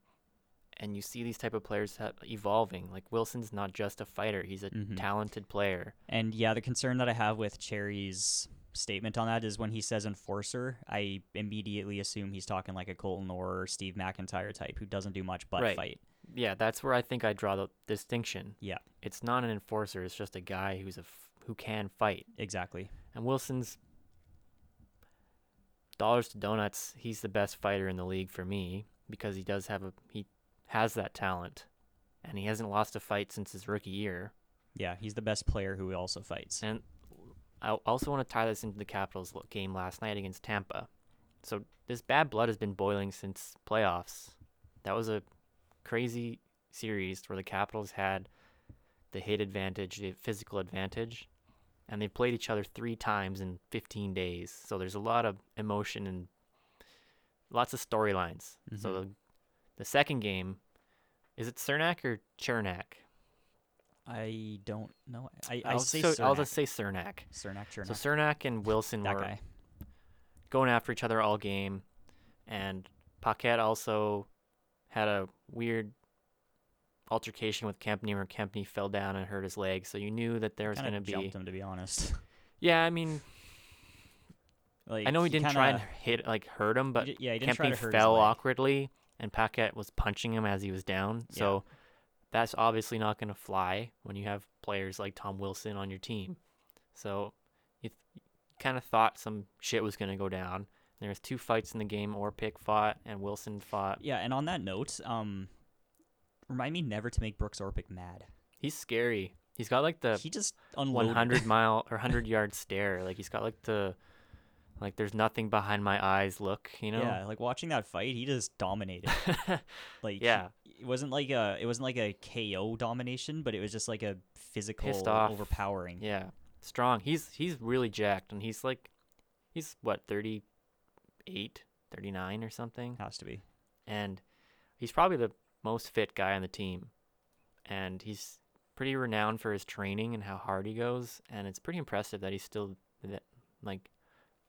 Speaker 2: And you see these type of players ha- evolving. Like Wilson's not just a fighter, he's a
Speaker 1: Mhm.
Speaker 2: talented player.
Speaker 1: and yeah, the concern that I have with Cherry's statement on that is when he says enforcer, I immediately assume he's talking like a Colton or Steve McIntyre type who doesn't do much but
Speaker 2: Right.
Speaker 1: fight.
Speaker 2: Yeah, that's where I think I draw the distinction.
Speaker 1: Yeah,
Speaker 2: It's not an enforcer, it's just a guy who's a f- who can fight.
Speaker 1: exactly.
Speaker 2: And Wilson's dollars to donuts, he's the best fighter in the league for me because he does have a he has that talent. And he hasn't lost a fight since his rookie year.
Speaker 1: Yeah, he's the best player who also fights.
Speaker 2: And I also want to tie this into the Capitals l- game last night against Tampa. So this bad blood has been boiling since playoffs. That was a crazy series where the Capitals had the hit advantage, the physical advantage, and they played each other three times in 15 days. So there's a lot of emotion and lots of storylines. So
Speaker 1: Mm-hmm.
Speaker 2: the, the second game, is it Cernak or Chernak?
Speaker 1: I don't know. I, I
Speaker 2: I'll
Speaker 1: say
Speaker 2: so-
Speaker 1: Cernak.
Speaker 2: I'll just say Cernak.
Speaker 1: Cernak, Cernak.
Speaker 2: So Cernak and Wilson
Speaker 1: that
Speaker 2: were
Speaker 1: guy.
Speaker 2: going after each other all game, and Paquette also had a weird altercation with Kempney where Kempney fell down and hurt his leg. So you knew that there was
Speaker 1: Kind
Speaker 2: going to
Speaker 1: of
Speaker 2: be.
Speaker 1: jumped him, to be honest.
Speaker 2: Yeah, I mean,
Speaker 1: like,
Speaker 2: I know he, didn't try and
Speaker 1: kinda-
Speaker 2: hit like hurt him, but
Speaker 1: d- yeah, he didn't try
Speaker 2: Kempney
Speaker 1: to hurt his
Speaker 2: fell
Speaker 1: leg.
Speaker 2: awkwardly, and Paquette was punching him as he was down.
Speaker 1: Yeah.
Speaker 2: So that's obviously not going to fly when you have players like Tom Wilson on your team. So you th- kind of thought some shit was going to go down. There was two fights in the game. Orpik fought and Wilson fought.
Speaker 1: Yeah, and on that note, um, remind me never to make Brooks Orpik mad.
Speaker 2: He's scary. He's got like the
Speaker 1: he just unloaded.
Speaker 2: 100 mile or 100 yard stare. Like he's got like the like there's nothing behind my eyes look. You know.
Speaker 1: Yeah, like watching that fight, he just dominated. Like, he-
Speaker 2: Yeah.
Speaker 1: it wasn't like a it wasn't like a KO domination, but it was just like a physical
Speaker 2: off.
Speaker 1: overpowering.
Speaker 2: Yeah, strong. He's he's really jacked, and he's like, he's what 38, 39 or something,
Speaker 1: Has to be.
Speaker 2: and he's probably the most fit guy on the team, and he's pretty renowned for his training and how hard he goes, and it's pretty impressive that he's still that, like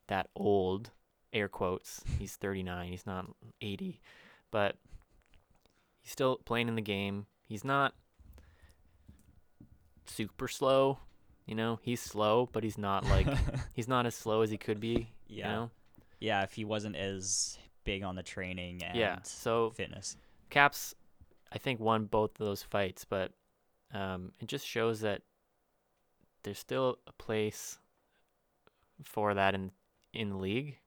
Speaker 2: that old, air quotes. He's 39. He's not 80, but he's still playing in the game. He's not super slow. You know, he's slow, but he's not like he's not as slow as he could be.
Speaker 1: Yeah.
Speaker 2: You know?
Speaker 1: Yeah, if he wasn't as big on the training and
Speaker 2: Yeah. So
Speaker 1: fitness.
Speaker 2: Caps, I think won both of those fights, but um, it just shows that there's still a place for that in in the league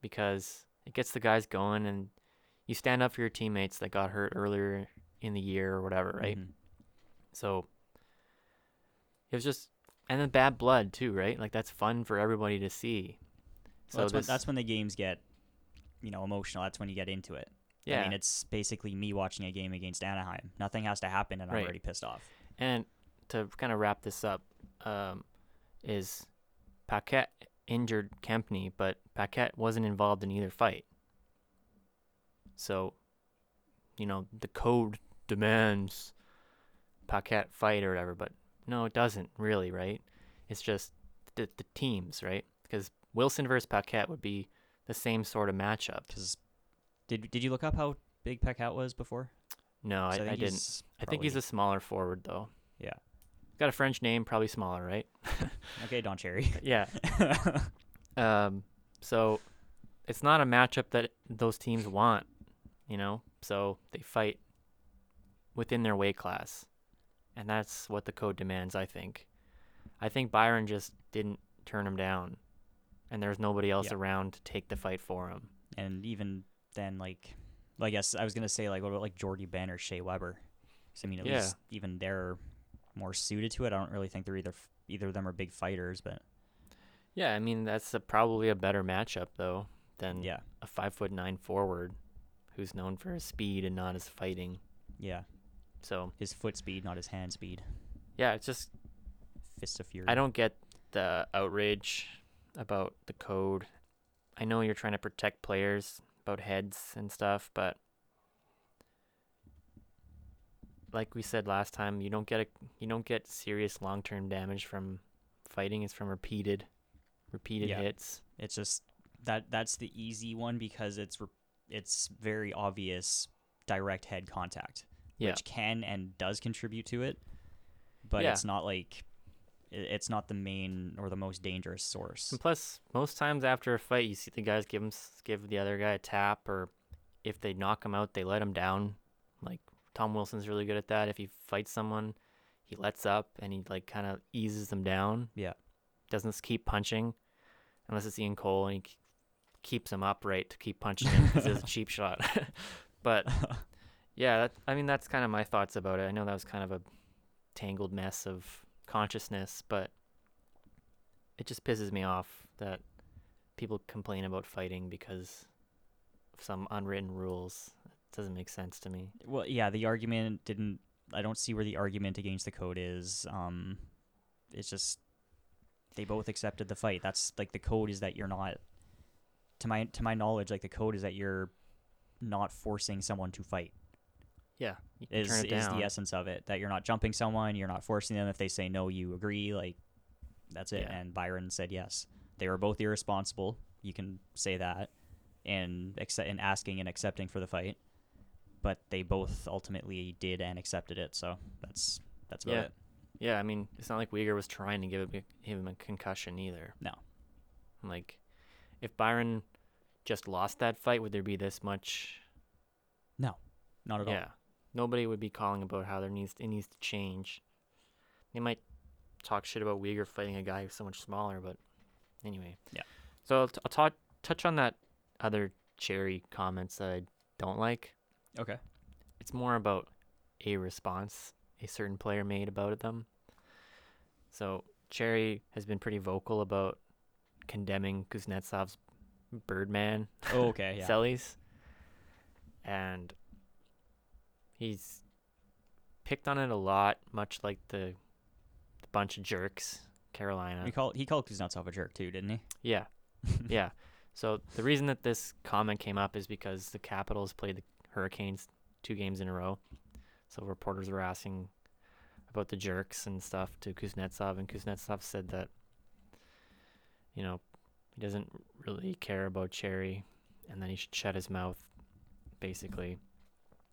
Speaker 2: because it gets the guys going and you stand up for your teammates that got hurt earlier in the year or whatever, right?
Speaker 1: Mhm.
Speaker 2: So it was just and then bad blood too, right? Like that's fun for everybody to see.
Speaker 1: So that's,
Speaker 2: this-
Speaker 1: when, that's when the games get, you know, emotional. That's when you get into it. I mean, it's basically me watching a game against Anaheim. Nothing has to happen, and
Speaker 2: Right.
Speaker 1: I'm already pissed off.
Speaker 2: And to kind of wrap this up, um, is Paquette injured Kempney, but Paquette wasn't involved in either fight. So, you know, the code demands Paquette fight or whatever, but no, it doesn't really, right? It's just the, the teams, right? Because Wilson versus Paquette would be the same sort of matchup.
Speaker 1: Because did did you look up how big Peckout was before?
Speaker 2: No,
Speaker 1: 'Cause
Speaker 2: I, I,
Speaker 1: think
Speaker 2: didn't.
Speaker 1: he's
Speaker 2: I think he's
Speaker 1: probably-
Speaker 2: a smaller forward, though.
Speaker 1: Yeah.
Speaker 2: Got a French name, probably smaller, right?
Speaker 1: okay, Don Cherry.
Speaker 2: Yeah. Um, so it's not a matchup that those teams want, you know. So they fight within their weight class, and that's what the code demands. I think. I think Byron just didn't turn him down, and there's nobody else
Speaker 1: Yeah.
Speaker 2: around to take the fight for him.
Speaker 1: and even then, like, well, I guess I was gonna say like, what about like Jordy Ben or Shea Weber? 'Cause, I mean, at
Speaker 2: Yeah.
Speaker 1: least even they're more suited to it. I don't really think they're either f- either of them are big fighters, but
Speaker 2: Yeah, I mean that's a, probably a better matchup though than
Speaker 1: Yeah,
Speaker 2: a five foot nine forward who's known for his speed and not his fighting.
Speaker 1: yeah.
Speaker 2: So
Speaker 1: His foot speed, not his hand speed.
Speaker 2: yeah, it's just
Speaker 1: Fist of fury.
Speaker 2: I don't get the outrage about the code. I know you're trying to protect players about heads and stuff, but like we said last time, you don't get a you don't get serious long term damage from fighting. It's from repeated repeated
Speaker 1: Yeah.
Speaker 2: hits.
Speaker 1: It's just that that's the easy one because it's re- it's very obvious direct head contact,
Speaker 2: Yeah.
Speaker 1: which can and does contribute to it, but
Speaker 2: Yeah.
Speaker 1: it's not like i- it's not the main or the most dangerous source.
Speaker 2: And plus, most times after a fight, you see the guys give 'em s give the other guy a tap, or if they knock him out, they let him down. Like Tom Wilson's really good at that. If he fights someone, he lets up and he like kind of eases them down.
Speaker 1: Yeah.
Speaker 2: doesn't s- keep punching, unless it's Ian Cole and he k- keeps him upright to keep punching him because it's a cheap shot. but yeah, that, I mean that's kind of my thoughts about it. I know that was kind of a tangled mess of consciousness, but it just pisses me off that people complain about fighting because of some unwritten rules. It doesn't make sense to me.
Speaker 1: Well, yeah, the argument didn't. I don't see where the argument against the code is. Um, it's just they both accepted the fight. That's like the code is that you're not, to my to my knowledge, like the code is that you're not forcing someone to fight.
Speaker 2: Yeah, you can
Speaker 1: Is
Speaker 2: turn it
Speaker 1: is
Speaker 2: down.
Speaker 1: the essence of it that you're not jumping someone, you're not forcing them. If they say no, you agree. Like that's it.
Speaker 2: Yeah.
Speaker 1: And Byron said yes. They were both irresponsible. You can say that, and accept and asking and accepting for the fight, but they both ultimately did and accepted it. So that's that's about
Speaker 2: Yeah.
Speaker 1: it.
Speaker 2: Yeah, I mean it's not like Uyghur was trying to give him a- him a concussion either.
Speaker 1: No.
Speaker 2: like if Byron just lost that fight, would there be this much
Speaker 1: Not at
Speaker 2: Yeah. Nobody would be calling about how there needs it needs to change. They might talk shit about Uyghur fighting a guy who's so much smaller, but anyway.
Speaker 1: Yeah.
Speaker 2: So I'll, t- I'll ta- touch on that other cherry comments that I don't like.
Speaker 1: all. Okay.
Speaker 2: It's more about a response a certain player made about them. So Cherry has been pretty vocal about condemning Kuznetsov's Birdman
Speaker 1: Oh, okay. Yeah.
Speaker 2: Sellies. And he's picked on it a lot, much like the, the bunch of jerks, Carolina.
Speaker 1: He called he called Kuznetsov a jerk too, didn't he?
Speaker 2: Yeah. yeah. So the reason that this comment came up is because the Capitals played the Hurricanes two games in a row. So reporters were asking about the jerks and stuff to Kuznetsov, and Kuznetsov said that, you know, he doesn't really care about Cherry, and then he should shut his mouth, basically.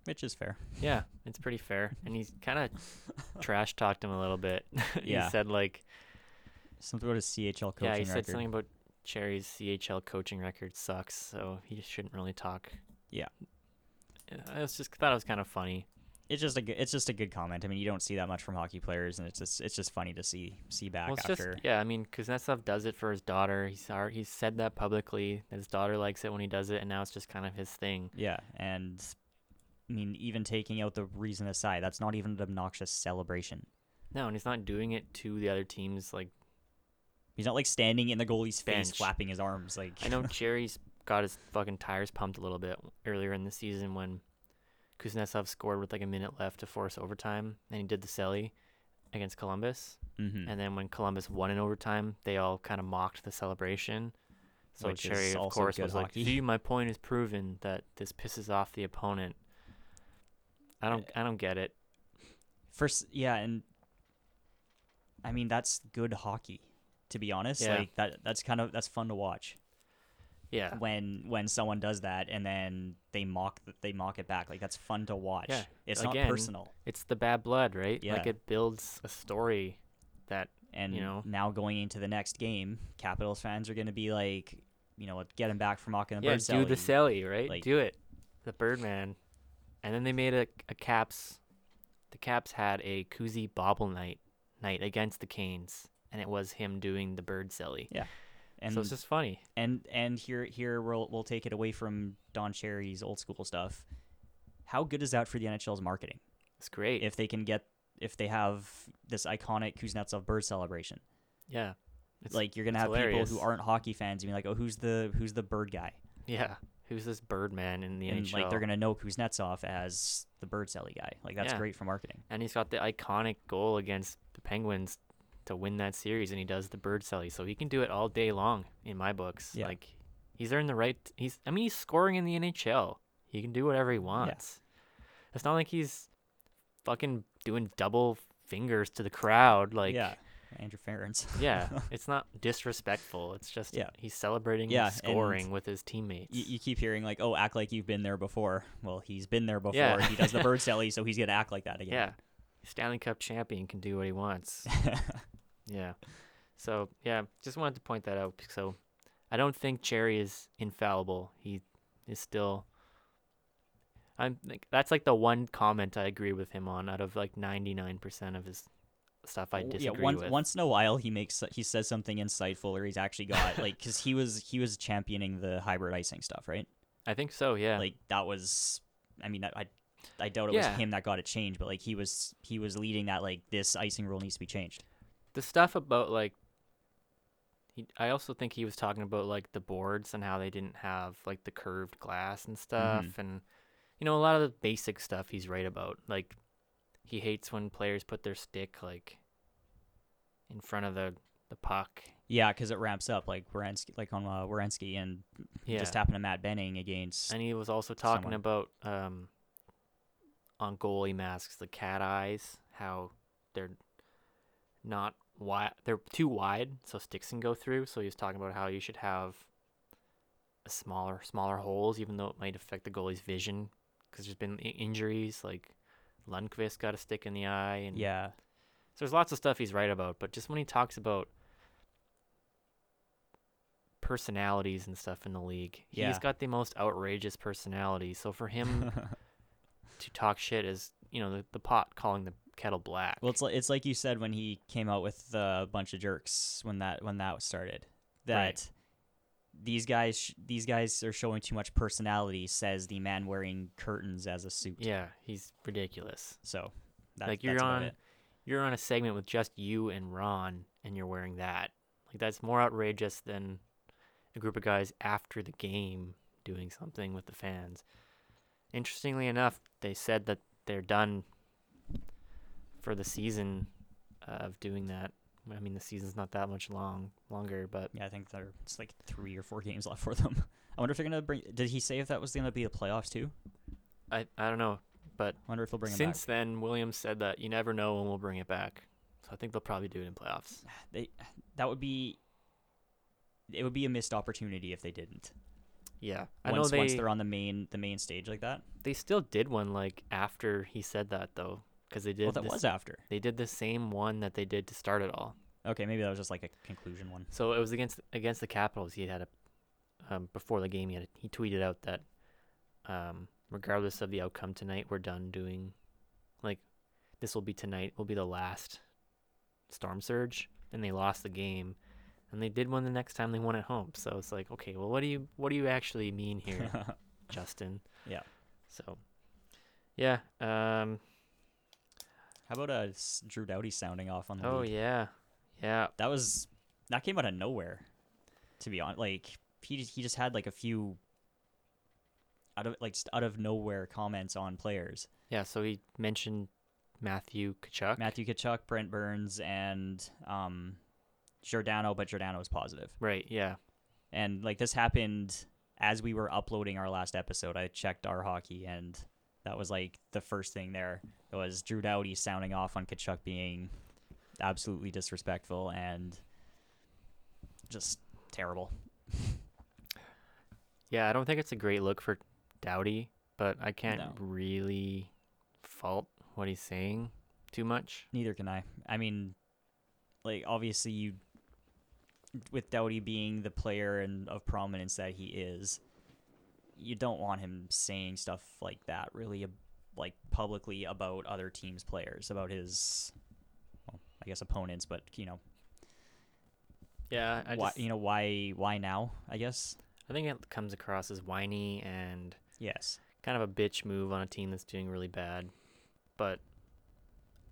Speaker 1: Which is fair.
Speaker 2: Yeah, it's pretty fair. And he's kind of trash talked him a little bit.
Speaker 1: Yeah.
Speaker 2: he said, like,
Speaker 1: Something about his CHL coaching
Speaker 2: yeah, he
Speaker 1: record.
Speaker 2: said something about Cherry's CHL coaching record sucks, so he shouldn't really talk.
Speaker 1: Yeah.
Speaker 2: Yeah, I was just thought it was kind of funny.
Speaker 1: It's just a good, it's just a good comment. I mean, you don't see that much from hockey players, and it's just it's just funny to see see back
Speaker 2: well, it's
Speaker 1: after.
Speaker 2: just yeah, I mean, Kuznetsov does it for his daughter. He's alre- he's said that publicly. His daughter likes it when he does it, and now it's just kind of his thing.
Speaker 1: Yeah, and I mean, even taking out the reason aside, that's not even an obnoxious celebration.
Speaker 2: No, and he's not doing it to the other teams. Like
Speaker 1: He's not like standing in the goalie's face,
Speaker 2: Bench.
Speaker 1: flapping his arms. Like
Speaker 2: I know Cherry's got his fucking tires pumped a little bit earlier in the season when Kuznetsov scored with like a minute left to force overtime, and he did the celly against Columbus.
Speaker 1: Mhm.
Speaker 2: And then when Columbus won in overtime, they all kind of mocked the celebration. So
Speaker 1: Which is
Speaker 2: Cherry, of
Speaker 1: also
Speaker 2: course,
Speaker 1: good
Speaker 2: was
Speaker 1: hockey.
Speaker 2: like, "See, my point is proven that this pisses off the opponent." I don't,
Speaker 1: Eh.
Speaker 2: I don't get it.
Speaker 1: first, yeah, and I mean that's good hockey, to be honest.
Speaker 2: Yeah.
Speaker 1: Like that that's kind of that's fun to watch
Speaker 2: Yeah,
Speaker 1: when when someone does that and then they mock th- they mock it back. Like that's fun to watch.
Speaker 2: Yeah,
Speaker 1: It's
Speaker 2: again,
Speaker 1: not personal.
Speaker 2: it's the bad blood, right?
Speaker 1: Yeah.
Speaker 2: Like it builds a story that
Speaker 1: And
Speaker 2: you know.
Speaker 1: now going into the next game, Capitals fans are going to be like, you know, what, get him back for mocking the
Speaker 2: yeah,
Speaker 1: bird
Speaker 2: do the
Speaker 1: celly.
Speaker 2: celly, right?
Speaker 1: like-
Speaker 2: do it, the Birdman, and then they made a, a Caps. The Caps had a koozie bobble night night against the Canes, and it was him doing the bird celly.
Speaker 1: And
Speaker 2: so it's just funny.
Speaker 1: and and here here we'll we'll take it away from Don Cherry's old school stuff. How good is that for the NHL's marketing
Speaker 2: It's great.
Speaker 1: if they can get if they have this iconic Kuznetsov bird celebration?
Speaker 2: Yeah. It's,
Speaker 1: like you're gonna
Speaker 2: it's
Speaker 1: have
Speaker 2: hilarious.
Speaker 1: people who aren't hockey fans and be like, oh, who's the who's the bird guy?
Speaker 2: yeah, who's this Birdman in the
Speaker 1: and
Speaker 2: NHL?
Speaker 1: like they're gonna know Kuznetsov as the bird Sally guy. Like that's
Speaker 2: Yeah.
Speaker 1: great for marketing.
Speaker 2: and he's got the iconic goal against the Penguins to win that series, and he does the bird celly, so he can do it all day long in my books.
Speaker 1: Yeah.
Speaker 2: Like he's earned the right. He's I mean he's scoring in the NHL. He can do whatever he wants. It's not like he's fucking doing double fingers to the crowd. Like
Speaker 1: yeah, Andrew Ferrens.
Speaker 2: yeah, it's not disrespectful. It's just
Speaker 1: Yeah.
Speaker 2: he's celebrating
Speaker 1: Yeah, and
Speaker 2: scoring with his teammates.
Speaker 1: you, you keep hearing like, oh, act like you've been there before. Well, he's been there before.
Speaker 2: Yeah.
Speaker 1: He does the bird Sally, so he's gonna act like that
Speaker 2: yeah.
Speaker 1: again.
Speaker 2: Stanley Cup champion can do what he wants.
Speaker 1: Yeah.
Speaker 2: Yeah. So yeah, just wanted to point that out. bec- So I don't think Cherry is infallible. He is still. I'm like that's like the one comment I agree with him on out of like 99% of his stuff I disagree
Speaker 1: yeah, once,
Speaker 2: with.
Speaker 1: once in a while he makes he says something insightful or he's actually got like because he was he was championing the hybrid icing stuff, right?
Speaker 2: I think so. Yeah.
Speaker 1: Like that was, I mean, I I, I doubt it
Speaker 2: Yeah.
Speaker 1: was him that got it changed, but like he was he was leading that like this icing rule needs to be changed.
Speaker 2: the stuff about like he, I also think he was talking about like the boards and how they didn't have like the curved glass and stuff and you know a lot of the basic stuff he's right about like he hates when players put their stick like in front of the the puck
Speaker 1: Yeah, because it ramps up like Wierenski, like on uh, Wierenski, and
Speaker 2: yeah
Speaker 1: just happened to Matt Benning against.
Speaker 2: and he was also talking
Speaker 1: someone.
Speaker 2: about um on goalie masks the cat eyes how they're not wide they're too wide so sticks can go through so he was talking about how you should have a smaller smaller holes even though it might affect the goalie's vision because there's been i- injuries like Lundqvist got a stick in the eye and
Speaker 1: yeah,
Speaker 2: so there's lots of stuff he's right about, but just when he talks about personalities and stuff in the league, he's
Speaker 1: Yeah.
Speaker 2: got the most outrageous personality. So for him to talk shit is, you know, the, the pot calling the kettle black.
Speaker 1: Well, it's like it's like you said when he came out with the bunch of jerks when that when that started. That these guys sh- these guys are showing too much personality, says the man wearing curtains as a suit.
Speaker 2: yeah, he's ridiculous.
Speaker 1: So, that,
Speaker 2: like you're
Speaker 1: that's about
Speaker 2: on,
Speaker 1: it.
Speaker 2: you're on a segment with just you and Ron, and you're wearing that. Like that's more outrageous than a group of guys after the game doing something with the fans. Interestingly enough, they said that they're done for the season uh, of doing that. I mean, the season's not that much long longer, but
Speaker 1: Yeah, I think there it's like three or four games left for them. I wonder if they're gonna bring. Did he say if that was gonna be the playoffs too?
Speaker 2: I I don't know. But
Speaker 1: wonder if they'll bring
Speaker 2: since then, Williams said that you never know when we'll bring it back. So I think they'll probably do it in playoffs.
Speaker 1: him back. They that would be. It would be a missed opportunity if they didn't.
Speaker 2: Yeah, I
Speaker 1: Once,
Speaker 2: know they
Speaker 1: once they're on the main the main stage like that.
Speaker 2: They still did one like after he said that though, because they did.
Speaker 1: Well, that
Speaker 2: this-
Speaker 1: was after.
Speaker 2: They did the same one that they did to start it all.
Speaker 1: Okay, maybe that was just like a conclusion one.
Speaker 2: So it was against against the Capitals. He had a um, before the game. He had a, he tweeted out that um, regardless of the outcome tonight, we're done doing. Like this will be tonight. Will be the last storm surge, and they lost the game. And they did one the next time they won at home. So it's like, okay, well, what do you what do you actually mean here? Justin.
Speaker 1: Yeah.
Speaker 2: So, yeah. Um.
Speaker 1: How about uh, s- Drew Doughty sounding off on the
Speaker 2: Oh
Speaker 1: league?
Speaker 2: yeah, yeah.
Speaker 1: That was that came out of nowhere. To be honest, like he just- he just had like a few out of like just out of nowhere comments on players.
Speaker 2: Yeah, so he mentioned Matthew Kachuk.
Speaker 1: Matthew Kachuk, Brent Burns, and um, Giordano, but Giordano was positive.
Speaker 2: Right, yeah.
Speaker 1: And like this happened as we were uploading our last episode. I checked our hockey, and that was like the first thing there was Drew Doughty sounding off on Kachuk being absolutely disrespectful and just terrible.
Speaker 2: Yeah, I don't think it's a great look for Dowdy, but I can't
Speaker 1: No.
Speaker 2: really fault what he's saying too much.
Speaker 1: Neither can I. I mean, like obviously you, with Doughty being the player and of prominence that he is, you don't want him saying stuff like that really, ab- like publicly about other teams' players, about his, well, I guess opponents, but you know,
Speaker 2: Yeah, I
Speaker 1: why,
Speaker 2: just,
Speaker 1: you know why why now? I guess
Speaker 2: I think it comes across as whiny and
Speaker 1: yes.
Speaker 2: kind of a bitch move on a team that's doing really bad. But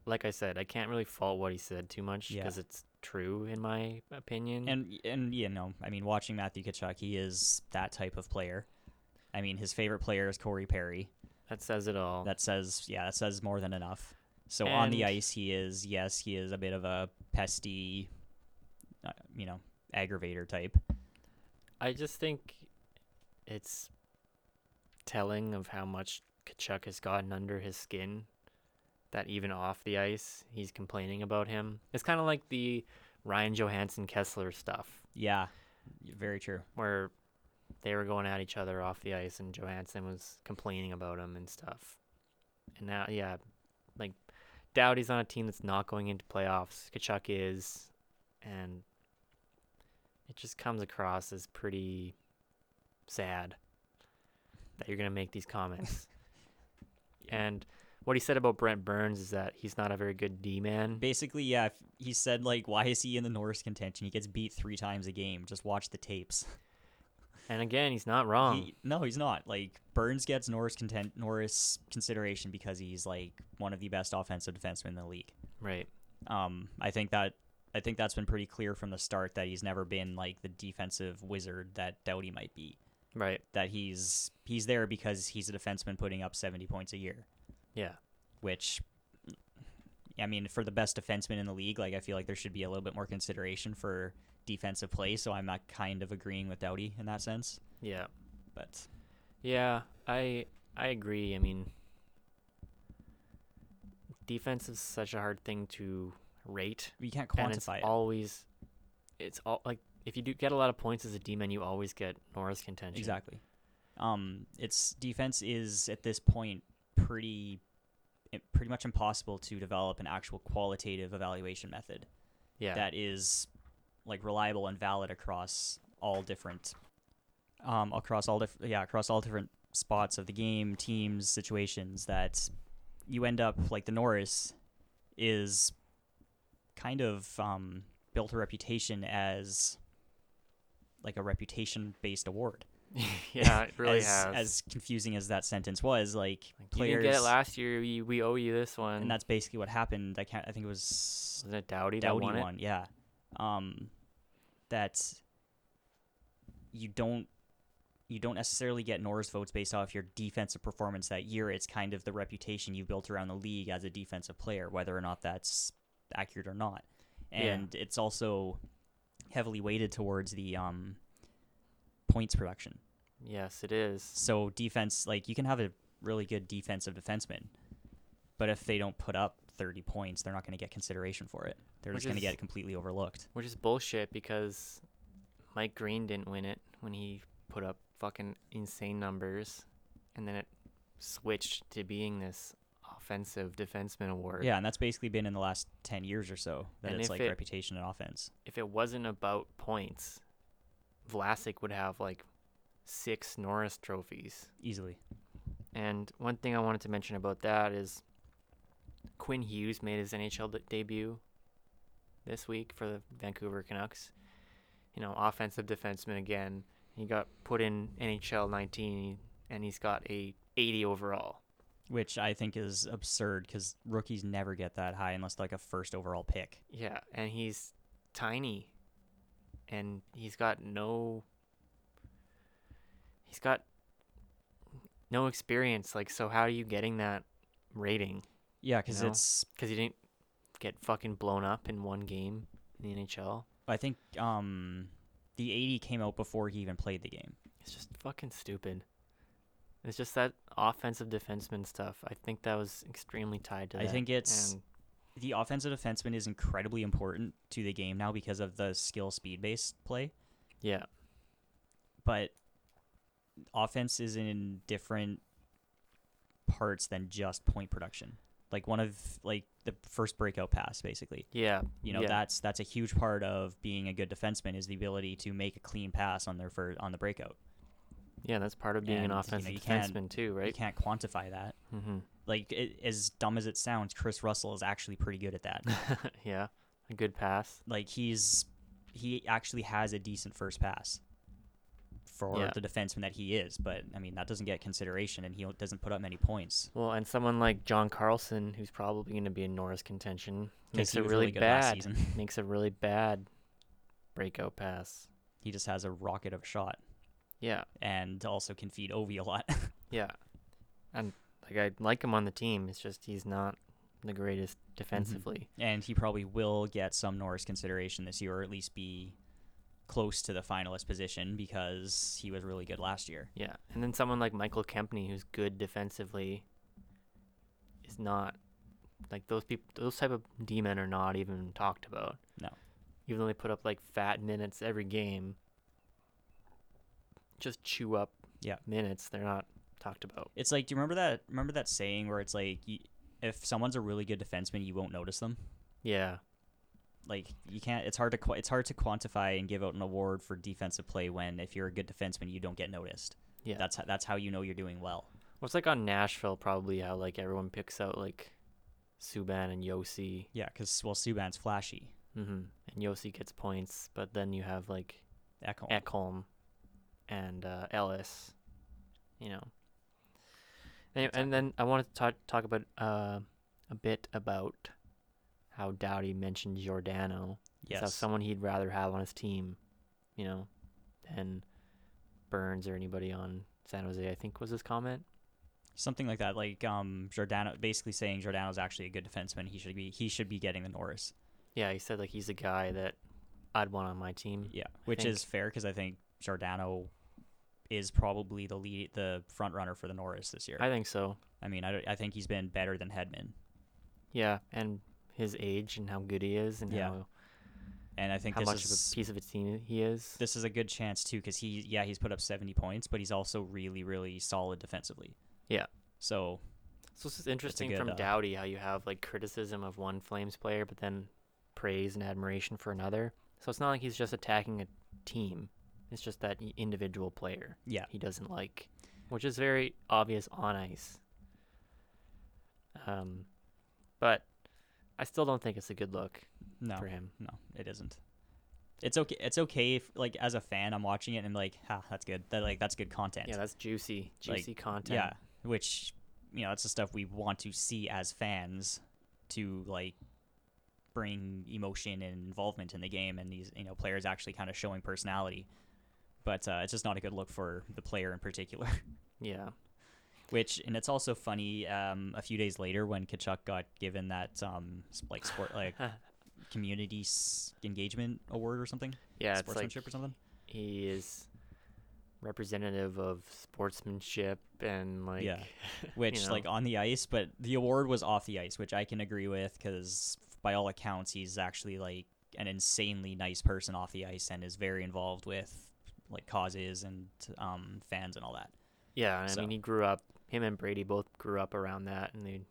Speaker 2: like I said, I can't really fault what he said too much
Speaker 1: Yeah.
Speaker 2: because it's true in my opinion.
Speaker 1: And and you know, I mean, watching Matthew Kachuk, he is that type of player. I mean, his favorite player is Corey Perry.
Speaker 2: that says it all.
Speaker 1: That says, yeah, that says more than enough. So on the
Speaker 2: And-
Speaker 1: ice, he is, yes, he is a bit of a pesty, uh, you know, aggravator type.
Speaker 2: I just think it's telling of how much Kachuk has gotten under his skin that even off the ice, he's complaining about him. It's kind of like the Ryan Johansson Kessler stuff
Speaker 1: Yeah, very true.
Speaker 2: where they were going at each other off the ice and Johansson was complaining about him and stuff. And now, yeah, like Dowdy's on a team that's not going into playoffs. Kachuk is, and it just comes across as pretty sad that you're gonna make these comments. and what he said about Brent Burns is that he's not a very good D man.
Speaker 1: Basically, yeah, if he said like, why is he in the Norris contention? He gets beat three times a game. Just watch the tapes.
Speaker 2: And again, he's not wrong.
Speaker 1: He, no, he's not. Like Burns gets Norris content Norris consideration because he's like one of the best offensive defensemen in the league.
Speaker 2: right.
Speaker 1: Um, I think that I think that's been pretty clear from the start that he's never been like the defensive wizard that Doughty might be.
Speaker 2: Right.
Speaker 1: That he's he's there because he's a defenseman putting up seventy points a year,
Speaker 2: Yeah.
Speaker 1: which I mean, for the best defenseman in the league, like I feel like there should be a little bit more consideration for defensive play. So I'm not kind of agreeing with Doughty in that sense,
Speaker 2: Yeah.
Speaker 1: but.
Speaker 2: Yeah, I I agree. I mean, defense is such a hard thing to rate,
Speaker 1: You can't
Speaker 2: and it's
Speaker 1: quantify it.
Speaker 2: always it's all like if you do get a lot of points as a D-man, you always get Norris contention.
Speaker 1: Exactly. Um, its defense is at this point pretty, i- pretty much impossible to develop an actual qualitative evaluation method
Speaker 2: Yeah.
Speaker 1: that is like reliable and valid across all different, um, across all different, yeah, across all different spots of the game, teams, situations. That you end up like the Norris is kind of um, built a reputation as like a reputation based award
Speaker 2: yeah, it really
Speaker 1: as,
Speaker 2: has.
Speaker 1: as confusing as that sentence was, like,
Speaker 2: Like, you
Speaker 1: players,
Speaker 2: didn't get it last year. We, we owe you this one.
Speaker 1: and that's basically what happened. I can't. I think it was
Speaker 2: wasn't it Dowdy that
Speaker 1: Dowdy
Speaker 2: won it?
Speaker 1: one. Yeah, um, that you don't you don't necessarily get Norris votes based off your defensive performance that year. It's kind of the reputation you built around the league as a defensive player, whether or not that's accurate or not.
Speaker 2: Yeah.
Speaker 1: And it's also heavily weighted towards the um, points production.
Speaker 2: Yes, it is.
Speaker 1: So defense, like you can have a really good defensive defenseman, but if they don't put up 30 points, they're not going to get consideration for it. They're
Speaker 2: Which
Speaker 1: just going to
Speaker 2: is-
Speaker 1: get completely overlooked.
Speaker 2: Which is bullshit because Mike Green didn't win it when he put up fucking insane numbers, and then it switched to being this offensive defenseman award.
Speaker 1: Yeah, and that's basically been in the last 10 years or so that
Speaker 2: And
Speaker 1: it's
Speaker 2: if
Speaker 1: like
Speaker 2: it-
Speaker 1: reputation and offense.
Speaker 2: If it wasn't about points, Vlasic would have like six Norris trophies.
Speaker 1: Easily.
Speaker 2: And one thing I wanted to mention about that is Quinn Hughes made his NHL de- debut this week for the Vancouver Canucks. You know, offensive defenseman again. He got put in NHL 19 and he's got a 80 overall.
Speaker 1: Which I think is absurd because rookies never get that high unless they're like a first overall pick.
Speaker 2: Yeah, and he's tiny and he's got no he's got no experience like so how are you getting that rating?
Speaker 1: Yeah, because
Speaker 2: No.
Speaker 1: it's
Speaker 2: because he didn't get fucking blown up in one game in the NHL.
Speaker 1: I think um, the 80 came out before he even played the game.
Speaker 2: It's just fucking stupid. It's just that offensive defenseman stuff. I think that was extremely tied to
Speaker 1: I
Speaker 2: that.
Speaker 1: think it's-
Speaker 2: and
Speaker 1: the offensive defenseman is incredibly important to the game now because of the skill speed based play,
Speaker 2: yeah,
Speaker 1: but offense is in different parts than just point production. Like one of like the first breakout pass basically.
Speaker 2: yeah,
Speaker 1: You know,
Speaker 2: yeah,
Speaker 1: that's that's a huge part of being a good defenseman is the ability to make a clean pass on their fir- on the breakout.
Speaker 2: yeah. That's part of being
Speaker 1: and, you
Speaker 2: an
Speaker 1: know,
Speaker 2: offensive
Speaker 1: you can't-
Speaker 2: defenseman too,
Speaker 1: You
Speaker 2: right?
Speaker 1: can't quantify that.
Speaker 2: Mm-hmm.
Speaker 1: Like it, as dumb as it sounds, Chris Russell is actually pretty good at that.
Speaker 2: yeah, a good pass.
Speaker 1: like he's he actually has a decent first pass. for
Speaker 2: Yeah.
Speaker 1: the defenseman that he is. But I mean, that doesn't get consideration, and he doesn't put up many points.
Speaker 2: Well, and someone like John Carlson, who's probably going to be in Norris contention,
Speaker 1: 'Cause
Speaker 2: makes
Speaker 1: he
Speaker 2: a
Speaker 1: was
Speaker 2: really,
Speaker 1: really good
Speaker 2: bad.
Speaker 1: last season.
Speaker 2: makes a really bad breakout pass.
Speaker 1: He just has a rocket of a shot,
Speaker 2: Yeah,
Speaker 1: and also can feed Ovi a lot.
Speaker 2: yeah. And like I like him on the team. It's just he's not the greatest
Speaker 1: Mm-hmm.
Speaker 2: defensively.
Speaker 1: and he probably will get some Norris consideration this year, or at least be close to the finalist position because he was really good last year.
Speaker 2: Yeah, and then someone like Michael Kempney, who's good defensively, is not like those people. Those type of D men are not even talked about.
Speaker 1: No.
Speaker 2: even though they put up like fat minutes every game, just chew up.
Speaker 1: Yeah.
Speaker 2: minutes. They're not talked about.
Speaker 1: It's like, do you remember that? Remember that saying where it's like, y if someone's a really good defenseman, you won't notice them.
Speaker 2: Yeah,
Speaker 1: Like you can't. It's hard to qu- it's hard to quantify and give out an award for defensive play when if you're a good defenseman, you don't get noticed.
Speaker 2: yeah.
Speaker 1: That's ho- that's how you know you're doing well.
Speaker 2: Well, it's like on Nashville, probably how like everyone picks out like Subban and Yossi,
Speaker 1: Yeah, because well, Subban's flashy.
Speaker 2: mm-hmm. and Yossi gets points, but then you have like
Speaker 1: Ekholm.
Speaker 2: Ekholm and uh, Ellis, you know. And, and then I wanted to talk talk about uh, a bit about how Dowdy mentioned Giordano as how
Speaker 1: yes.
Speaker 2: someone he'd rather have on his team, you know, than Burns or anybody on San Jose. I think was his comment.
Speaker 1: something like that. Like um, Giordano, basically saying Giordano's actually a good defenseman. He should be he should be getting the Norris.
Speaker 2: Yeah, he said like he's a guy that I'd want on my team.
Speaker 1: Yeah, which
Speaker 2: think-
Speaker 1: is fair because I think Giordano is probably the lead the front runner for the Norris this year. I,
Speaker 2: I think so.
Speaker 1: mean, I, don't- I think he's been better than Hedman,
Speaker 2: Yeah, and his age and how good he is and
Speaker 1: Yeah.
Speaker 2: how,
Speaker 1: and I think
Speaker 2: how
Speaker 1: this
Speaker 2: much
Speaker 1: is
Speaker 2: of a piece of a team he is.
Speaker 1: this is a good chance too because he yeah he's put up seventy points, but he's also really really solid defensively.
Speaker 2: Yeah.
Speaker 1: So
Speaker 2: So it's just interesting
Speaker 1: good,
Speaker 2: from
Speaker 1: uh,
Speaker 2: Dowdy how you have like criticism of one Flames player, but then praise and admiration for another. So it's not like he's just attacking a team; it's just that i- individual player
Speaker 1: yeah,
Speaker 2: he doesn't like, which is very obvious on ice. Um, but I still don't think it's a good look
Speaker 1: no,
Speaker 2: for him.
Speaker 1: no, it isn't. It's okay. It's okay if like as a fan, I'm watching it and I'm like, ha, that's good. That like that's good content.
Speaker 2: Yeah, that's juicy,
Speaker 1: Like,
Speaker 2: juicy content.
Speaker 1: Yeah, which you know that's the stuff we want to see as fans to like bring emotion and involvement in the game, and these you know players actually kind of showing personality. But uh, it's just not a good look for the player in particular.
Speaker 2: yeah.
Speaker 1: Which and it's also funny. Um, a few days later, when Kachuk got given that um, s- like sport like community s- engagement award or something,
Speaker 2: Yeah, it's like
Speaker 1: sportsmanship or something.
Speaker 2: he is representative of sportsmanship and like
Speaker 1: Yeah. which
Speaker 2: know.
Speaker 1: like on the ice, but the award was off the ice, which I can agree with because by all accounts he's actually like an insanely nice person off the ice and is very involved with like causes and um, fans and all that.
Speaker 2: Yeah, I
Speaker 1: So-
Speaker 2: mean, he grew up. Him and Brady both grew up around that, and they,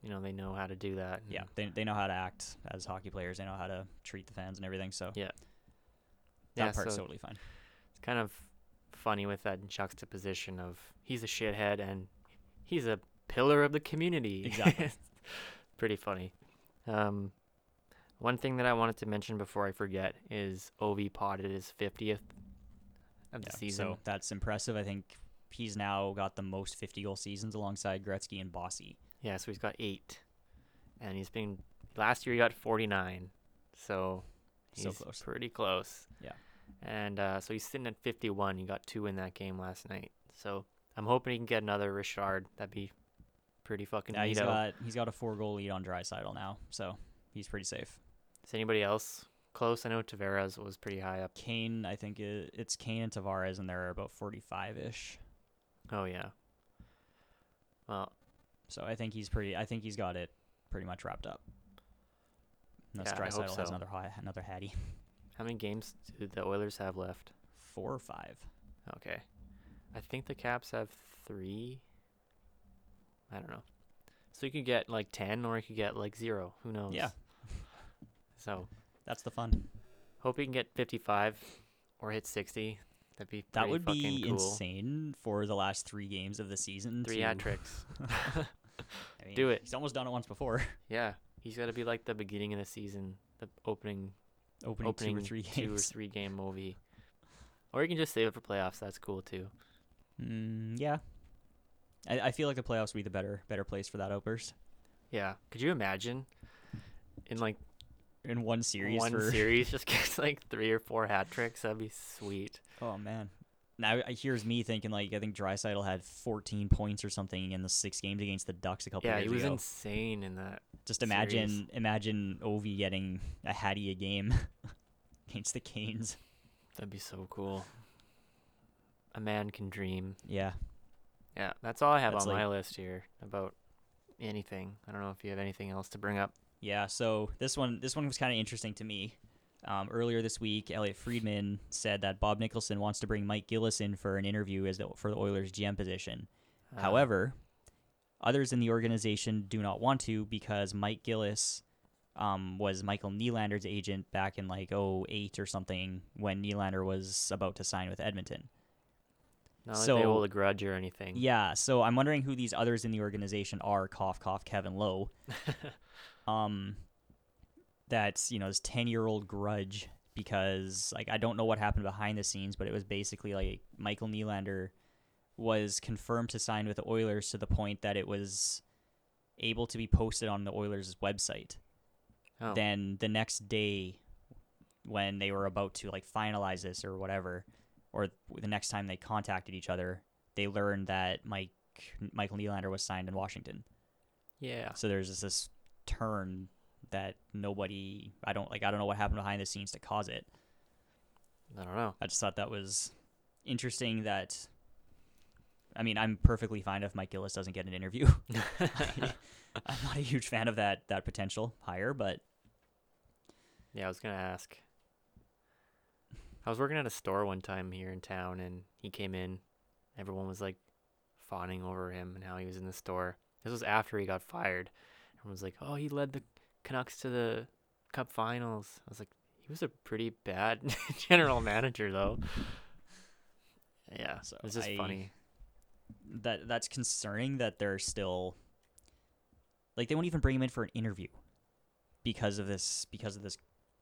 Speaker 2: you know, they know how to do that.
Speaker 1: Yeah,
Speaker 2: and
Speaker 1: they they know how to act as hockey players. They know how to treat the fans and everything. So
Speaker 2: Yeah.
Speaker 1: that
Speaker 2: Yeah,
Speaker 1: part's
Speaker 2: so-
Speaker 1: totally fine.
Speaker 2: it's kind of funny with that juxtaposition of he's a shithead and he's a pillar of the community.
Speaker 1: Exactly.
Speaker 2: Pretty funny. Um, one thing that I wanted to mention before I forget is Ovi potted his fiftieth of the
Speaker 1: Yeah,
Speaker 2: season.
Speaker 1: So that's impressive. I think he's now got the most 50 goal seasons alongside Gretzky and Bossy.
Speaker 2: Yeah, so he's got eight, and he's been last year he got forty nine, so he's
Speaker 1: So close.
Speaker 2: pretty close.
Speaker 1: Yeah.
Speaker 2: and uh, so he's sitting at fifty one. He got two in that game last night, so I'm hoping he can get another Richard. That'd be pretty fucking
Speaker 1: Yeah, he's
Speaker 2: neato.
Speaker 1: got he's got a four goal lead on Drysidle now, so he's pretty safe.
Speaker 2: Is anybody else close? I know Tavares was pretty high up.
Speaker 1: Kane, I think it, it's Kane and Tavares, and they're about 45 ish.
Speaker 2: Oh yeah. Well,
Speaker 1: So I think he's pretty. I think he's got it pretty much wrapped up. Unless
Speaker 2: Yeah, I hope
Speaker 1: Drysdale has
Speaker 2: so.
Speaker 1: another hi- another Hattie,
Speaker 2: how many games do the Oilers have left?
Speaker 1: four or five.
Speaker 2: Okay, I think the Caps have three. I don't know. So you could get like ten, or you could get like zero. Who knows?
Speaker 1: Yeah.
Speaker 2: So
Speaker 1: That's the fun.
Speaker 2: hope you can get fifty-five, or hit sixty. That'd be
Speaker 1: That
Speaker 2: pretty
Speaker 1: would
Speaker 2: fucking
Speaker 1: be
Speaker 2: cool.
Speaker 1: insane for the last three games of the season.
Speaker 2: Three
Speaker 1: to-
Speaker 2: hat tricks.
Speaker 1: I mean,
Speaker 2: Do it.
Speaker 1: He's almost done it once before.
Speaker 2: yeah, he's got to be like the beginning of the season, the opening
Speaker 1: Opening,
Speaker 2: opening
Speaker 1: two or three
Speaker 2: two or
Speaker 1: games.
Speaker 2: three game movie, Or you can just save it for playoffs. That's cool too.
Speaker 1: Mm, yeah. I, I feel like the playoffs would be the better better place for that outburst
Speaker 2: Yeah. Could you imagine in like
Speaker 1: in one series.
Speaker 2: one
Speaker 1: for,
Speaker 2: series just gets like three or four hat tricks? That'd be sweet.
Speaker 1: Oh man. Now I- here's me thinking like I think Drysaitel had 14 points or something in the six games against the Ducks a couple
Speaker 2: yeah,
Speaker 1: years
Speaker 2: he was
Speaker 1: ago.
Speaker 2: insane in that.
Speaker 1: Just
Speaker 2: series.
Speaker 1: imagine imagine Ovi getting a Hattie a game against the Canes.
Speaker 2: That'd be so cool. A man can dream.
Speaker 1: Yeah.
Speaker 2: Yeah, that's all I have
Speaker 1: That's
Speaker 2: on my list here about anything. I don't know if you have anything else to bring up.
Speaker 1: Yeah, so this one this one was kind of interesting to me. Um, earlier this week, Elliot Friedman said that Bob Nicholson wants to bring Mike Gillis in for an interview as the, for the Oilers GM position.
Speaker 2: Uh,
Speaker 1: However, others in the organization do not want to because Mike Gillis um, was Michael Nylander's agent back in like 08 or something when Nylander was about to sign with Edmonton.
Speaker 2: not that they
Speaker 1: so-
Speaker 2: hold a grudge or anything.
Speaker 1: Yeah, so I'm wondering who these others in the organization are. Cough, cough, Kevin Lowe. um, that's you know this ten year old grudge because like I don't know what happened behind the scenes, but it was basically like Michael Nylander was confirmed to sign with the Oilers to the point that it was able to be posted on the Oilers' website.
Speaker 2: Oh,
Speaker 1: Then the next day, when they were about to like finalize this or whatever, or the next time they contacted each other, they learned that Mike Michael Nylander was signed in Washington.
Speaker 2: yeah.
Speaker 1: So there's just this turn that nobody I don't like I don't know what happened behind the scenes to cause it.
Speaker 2: I don't know.
Speaker 1: I just thought that was interesting that I mean, I'm perfectly fine if Mike Gillis doesn't get an interview. I'm not a huge fan of that that potential hire, but
Speaker 2: Yeah, I was gonna ask. I was working at a store one time here in town, and he came in. Everyone was like fawning over him and how he was in the store. This was after he got fired. Everyone was like, "Oh, he led the Canucks to the Cup Finals." I was like, "He was a pretty bad general manager, though." Yeah,
Speaker 1: So
Speaker 2: so it was just
Speaker 1: I-
Speaker 2: funny.
Speaker 1: that that's concerning that they're still like they won't even bring him in for an interview because of this because of this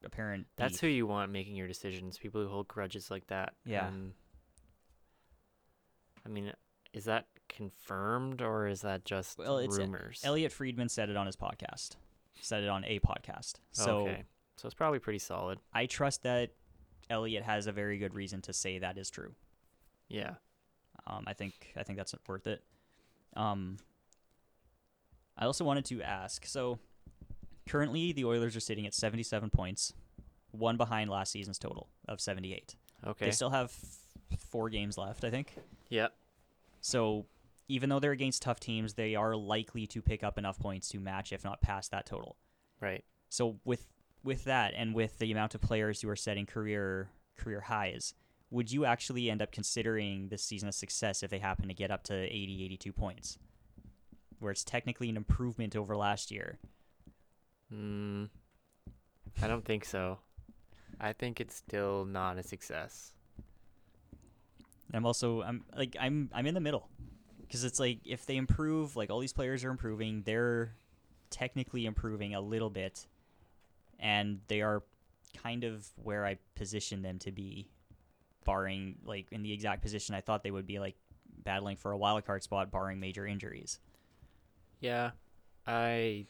Speaker 1: apparent
Speaker 2: That's
Speaker 1: beef.
Speaker 2: who you want making your decisions. People who hold grudges like that.
Speaker 1: Yeah.
Speaker 2: Um, I mean, is that confirmed or is that just
Speaker 1: Well, it's, uh,
Speaker 2: rumors?
Speaker 1: Elliot Friedman said it on his podcast. Said it on a podcast. So
Speaker 2: okay. so it's probably pretty solid.
Speaker 1: I trust that Elliot has a very good reason to say that is true.
Speaker 2: Yeah.
Speaker 1: Um, I think I think that's worth it. Um, I also wanted to ask. So currently, the Oilers are sitting at seventy-seven points, one behind last season's total of seventy-eight.
Speaker 2: Okay.
Speaker 1: They still have f- four games left, I think.
Speaker 2: yeah.
Speaker 1: So even though they're against tough teams, they are likely to pick up enough points to match, if not pass, that total.
Speaker 2: Right.
Speaker 1: So with with that and with the amount of players who are setting career career highs, would you actually end up considering this season a success if they happen to get up to 80 82 points? Where it's technically an improvement over last year.
Speaker 2: Mm, I don't think so. I think it's still not a success.
Speaker 1: And I'm also I'm like I'm I'm in the middle. Cuz it's like if they improve, like all these players are improving, they're technically improving a little bit and they are kind of where I position them to be barring like in the exact position I thought they would be like battling for a wild card spot barring major injuries.
Speaker 2: Yeah. I.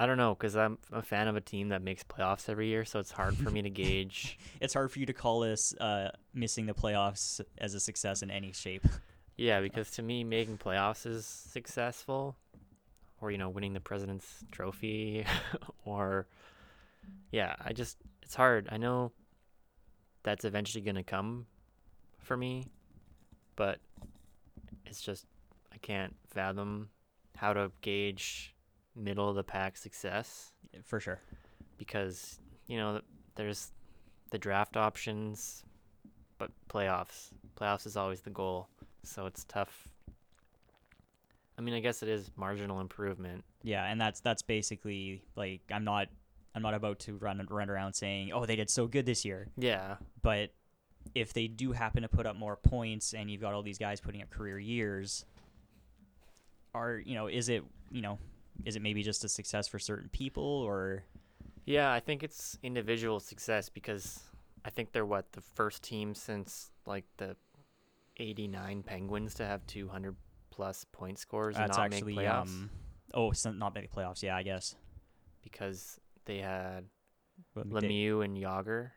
Speaker 2: I don't know because I'm a fan of a team that makes playoffs every year, so it's hard for me to gauge.
Speaker 1: It's hard for you to call this uh, missing the playoffs as a success in any shape.
Speaker 2: Yeah, because to me, making playoffs is successful, or you know, winning the President's Trophy, or yeah, I just it's hard. I know that's eventually gonna come for me, but it's just I can't fathom how to gauge middle of the pack success
Speaker 1: For sure.
Speaker 2: because you know th- there's the draft options, but playoffs. Playoffs is always the goal, so it's tough. I mean, I guess it is marginal improvement.
Speaker 1: Yeah, and that's that's basically like I'm not I'm not about to run run around saying, "Oh, they did so good this year."
Speaker 2: Yeah,
Speaker 1: But if they do happen to put up more points and you've got all these guys putting up career years, are, you know, is it, you know, is it maybe just a success for certain people or
Speaker 2: yeah. I think it's individual success because I I think they're what the first team since like the '89 Penguins to have 200 plus point scores and
Speaker 1: That's
Speaker 2: not
Speaker 1: actually
Speaker 2: make playoffs
Speaker 1: um. Oh, so not make the playoffs. Yeah, I guess.
Speaker 2: because they had
Speaker 1: But they-
Speaker 2: Lemieux and Yager.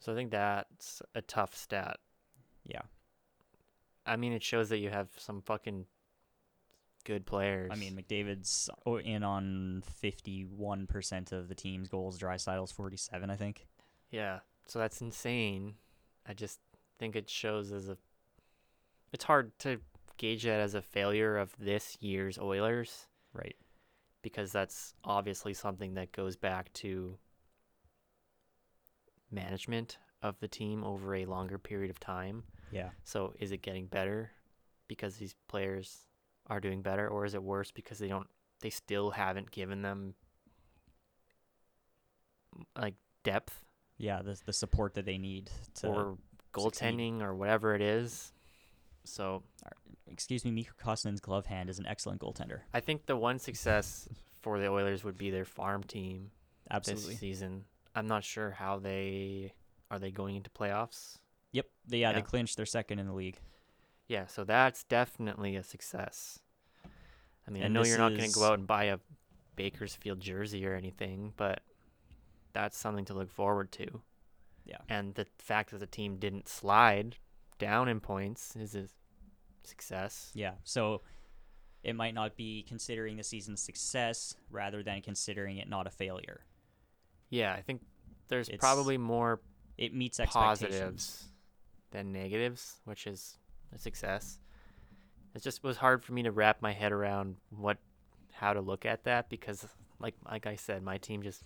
Speaker 2: So I think that's a tough stat.
Speaker 1: Yeah.
Speaker 2: I mean, it shows that you have some fucking good players.
Speaker 1: I mean, McDavid's o- in on 51% of the team's goals. Drysidle's 47, I think.
Speaker 2: yeah. So that's insane. I just think it shows as a. It's hard to gauge that as a failure of this year's Oilers
Speaker 1: Right.
Speaker 2: because that's obviously something that goes back to management of the team over a longer period of time.
Speaker 1: Yeah.
Speaker 2: So is it getting better because these players are doing better, or is it worse because they don't they still haven't given them like depth
Speaker 1: Yeah, the, the support that they need to.
Speaker 2: or
Speaker 1: succeed.
Speaker 2: goaltending or whatever it is? So
Speaker 1: excuse me, Miko Kostinen's glove hand is an excellent goaltender.
Speaker 2: I think the one success for the Oilers would be their farm team
Speaker 1: Absolutely.
Speaker 2: this season. I'm not sure how they are they going into playoffs.
Speaker 1: Yep. They, yeah, they
Speaker 2: Yeah.
Speaker 1: clinched. They're second in the league.
Speaker 2: Yeah, so that's definitely a success. I mean,
Speaker 1: And
Speaker 2: I know
Speaker 1: this
Speaker 2: you're not going
Speaker 1: is-
Speaker 2: to go out and buy a Bakersfield jersey or anything, but that's something to look forward to.
Speaker 1: Yeah.
Speaker 2: And the fact that the team didn't slide down in points is a success.
Speaker 1: Yeah. So it might not be considering the season's success rather than considering it not a failure.
Speaker 2: Yeah, I think there's
Speaker 1: It's
Speaker 2: probably more
Speaker 1: It meets expectations.
Speaker 2: positives than negatives, which is a success. It just was hard for me to wrap my head around what how to look at that because like like I said, my team just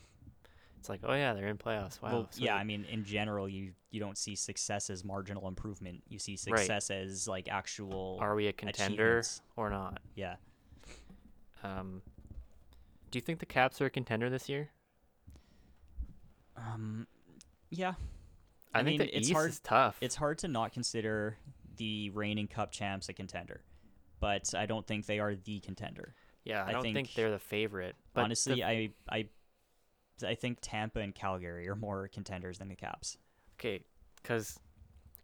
Speaker 2: it's like, oh yeah, they're in playoffs. Wow.
Speaker 1: well, yeah,
Speaker 2: sweet."
Speaker 1: I mean, in general, you you don't see success as marginal improvement. You see
Speaker 2: Right.
Speaker 1: success as like actual.
Speaker 2: are we a contender
Speaker 1: achievements.
Speaker 2: or not?
Speaker 1: Yeah,
Speaker 2: Um, do you think the Caps are a contender this year?
Speaker 1: um, yeah.
Speaker 2: I,
Speaker 1: I
Speaker 2: think
Speaker 1: mean,
Speaker 2: the
Speaker 1: it's
Speaker 2: East
Speaker 1: hard-
Speaker 2: is tough.
Speaker 1: It's hard to not consider the reigning Cup champs a contender, but I don't think they are the contender.
Speaker 2: yeah, I,
Speaker 1: I
Speaker 2: don't think,
Speaker 1: think-
Speaker 2: they're the favorite. But the-
Speaker 1: Honestly, I I I think Tampa and Calgary are more contenders than the Caps.
Speaker 2: Okay, because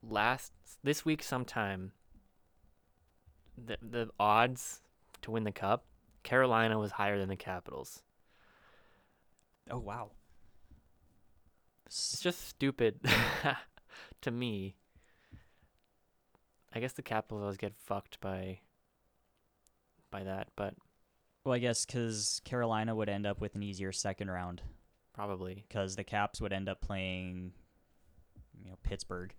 Speaker 2: last this week sometime, the the odds to win the cup, Carolina was higher than the Capitals.
Speaker 1: Oh wow.
Speaker 2: It's just stupid to me. I guess the Capitals always get fucked by by that, but
Speaker 1: Well, I guess because Carolina would end up with an easier second round
Speaker 2: probably
Speaker 1: because the Caps would end up playing, you know, Pittsburgh.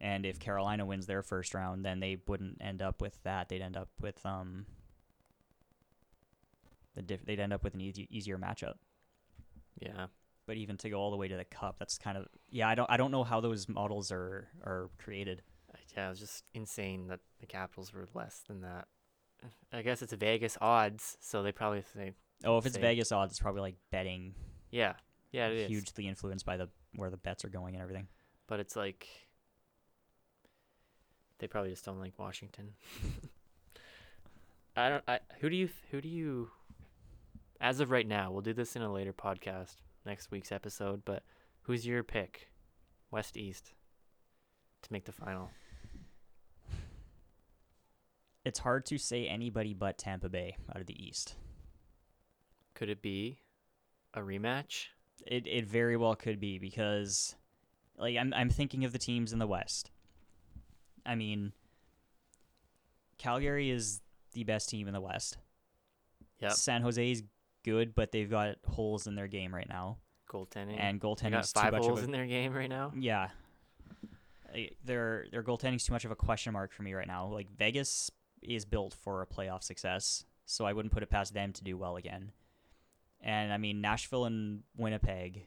Speaker 1: And if Carolina wins their first round, then they wouldn't end up with that. They'd end up with um. The diff- they'd end up with an easy- easier matchup.
Speaker 2: yeah.
Speaker 1: But even to go all the way to the cup, that's kind of yeah. I don't I don't know how those models are are created.
Speaker 2: Yeah, it was just insane that the Capitals were less than that. I guess it's Vegas odds, so they probably say,
Speaker 1: Oh, if it's
Speaker 2: Same.
Speaker 1: Vegas odds, it's probably like betting
Speaker 2: yeah, yeah, it is.
Speaker 1: hugely influenced by the where the bets are going and everything.
Speaker 2: but it's like they probably just don't like Washington. I don't. I who do you th- who do you? As of right now, we'll do this in a later podcast, next week's episode. But who's your pick, West East, to make the final?
Speaker 1: It's hard to say anybody but Tampa Bay out of the East.
Speaker 2: Could it be a rematch?
Speaker 1: It it very well could be because like I'm I'm thinking of the teams in the West. I mean Calgary is the best team in the West.
Speaker 2: Yep.
Speaker 1: San Jose's good, but they've got holes in their game right now.
Speaker 2: Goaltending.
Speaker 1: And
Speaker 2: Mm. they
Speaker 1: goaltending's
Speaker 2: got
Speaker 1: too
Speaker 2: five
Speaker 1: much of
Speaker 2: holes
Speaker 1: a
Speaker 2: in their game right now.
Speaker 1: Yeah. I- Their their goaltending's too much of a question mark for me right now. Like Vegas is built for a playoff success, so I wouldn't put it past them to do well again. And I mean Nashville and Winnipeg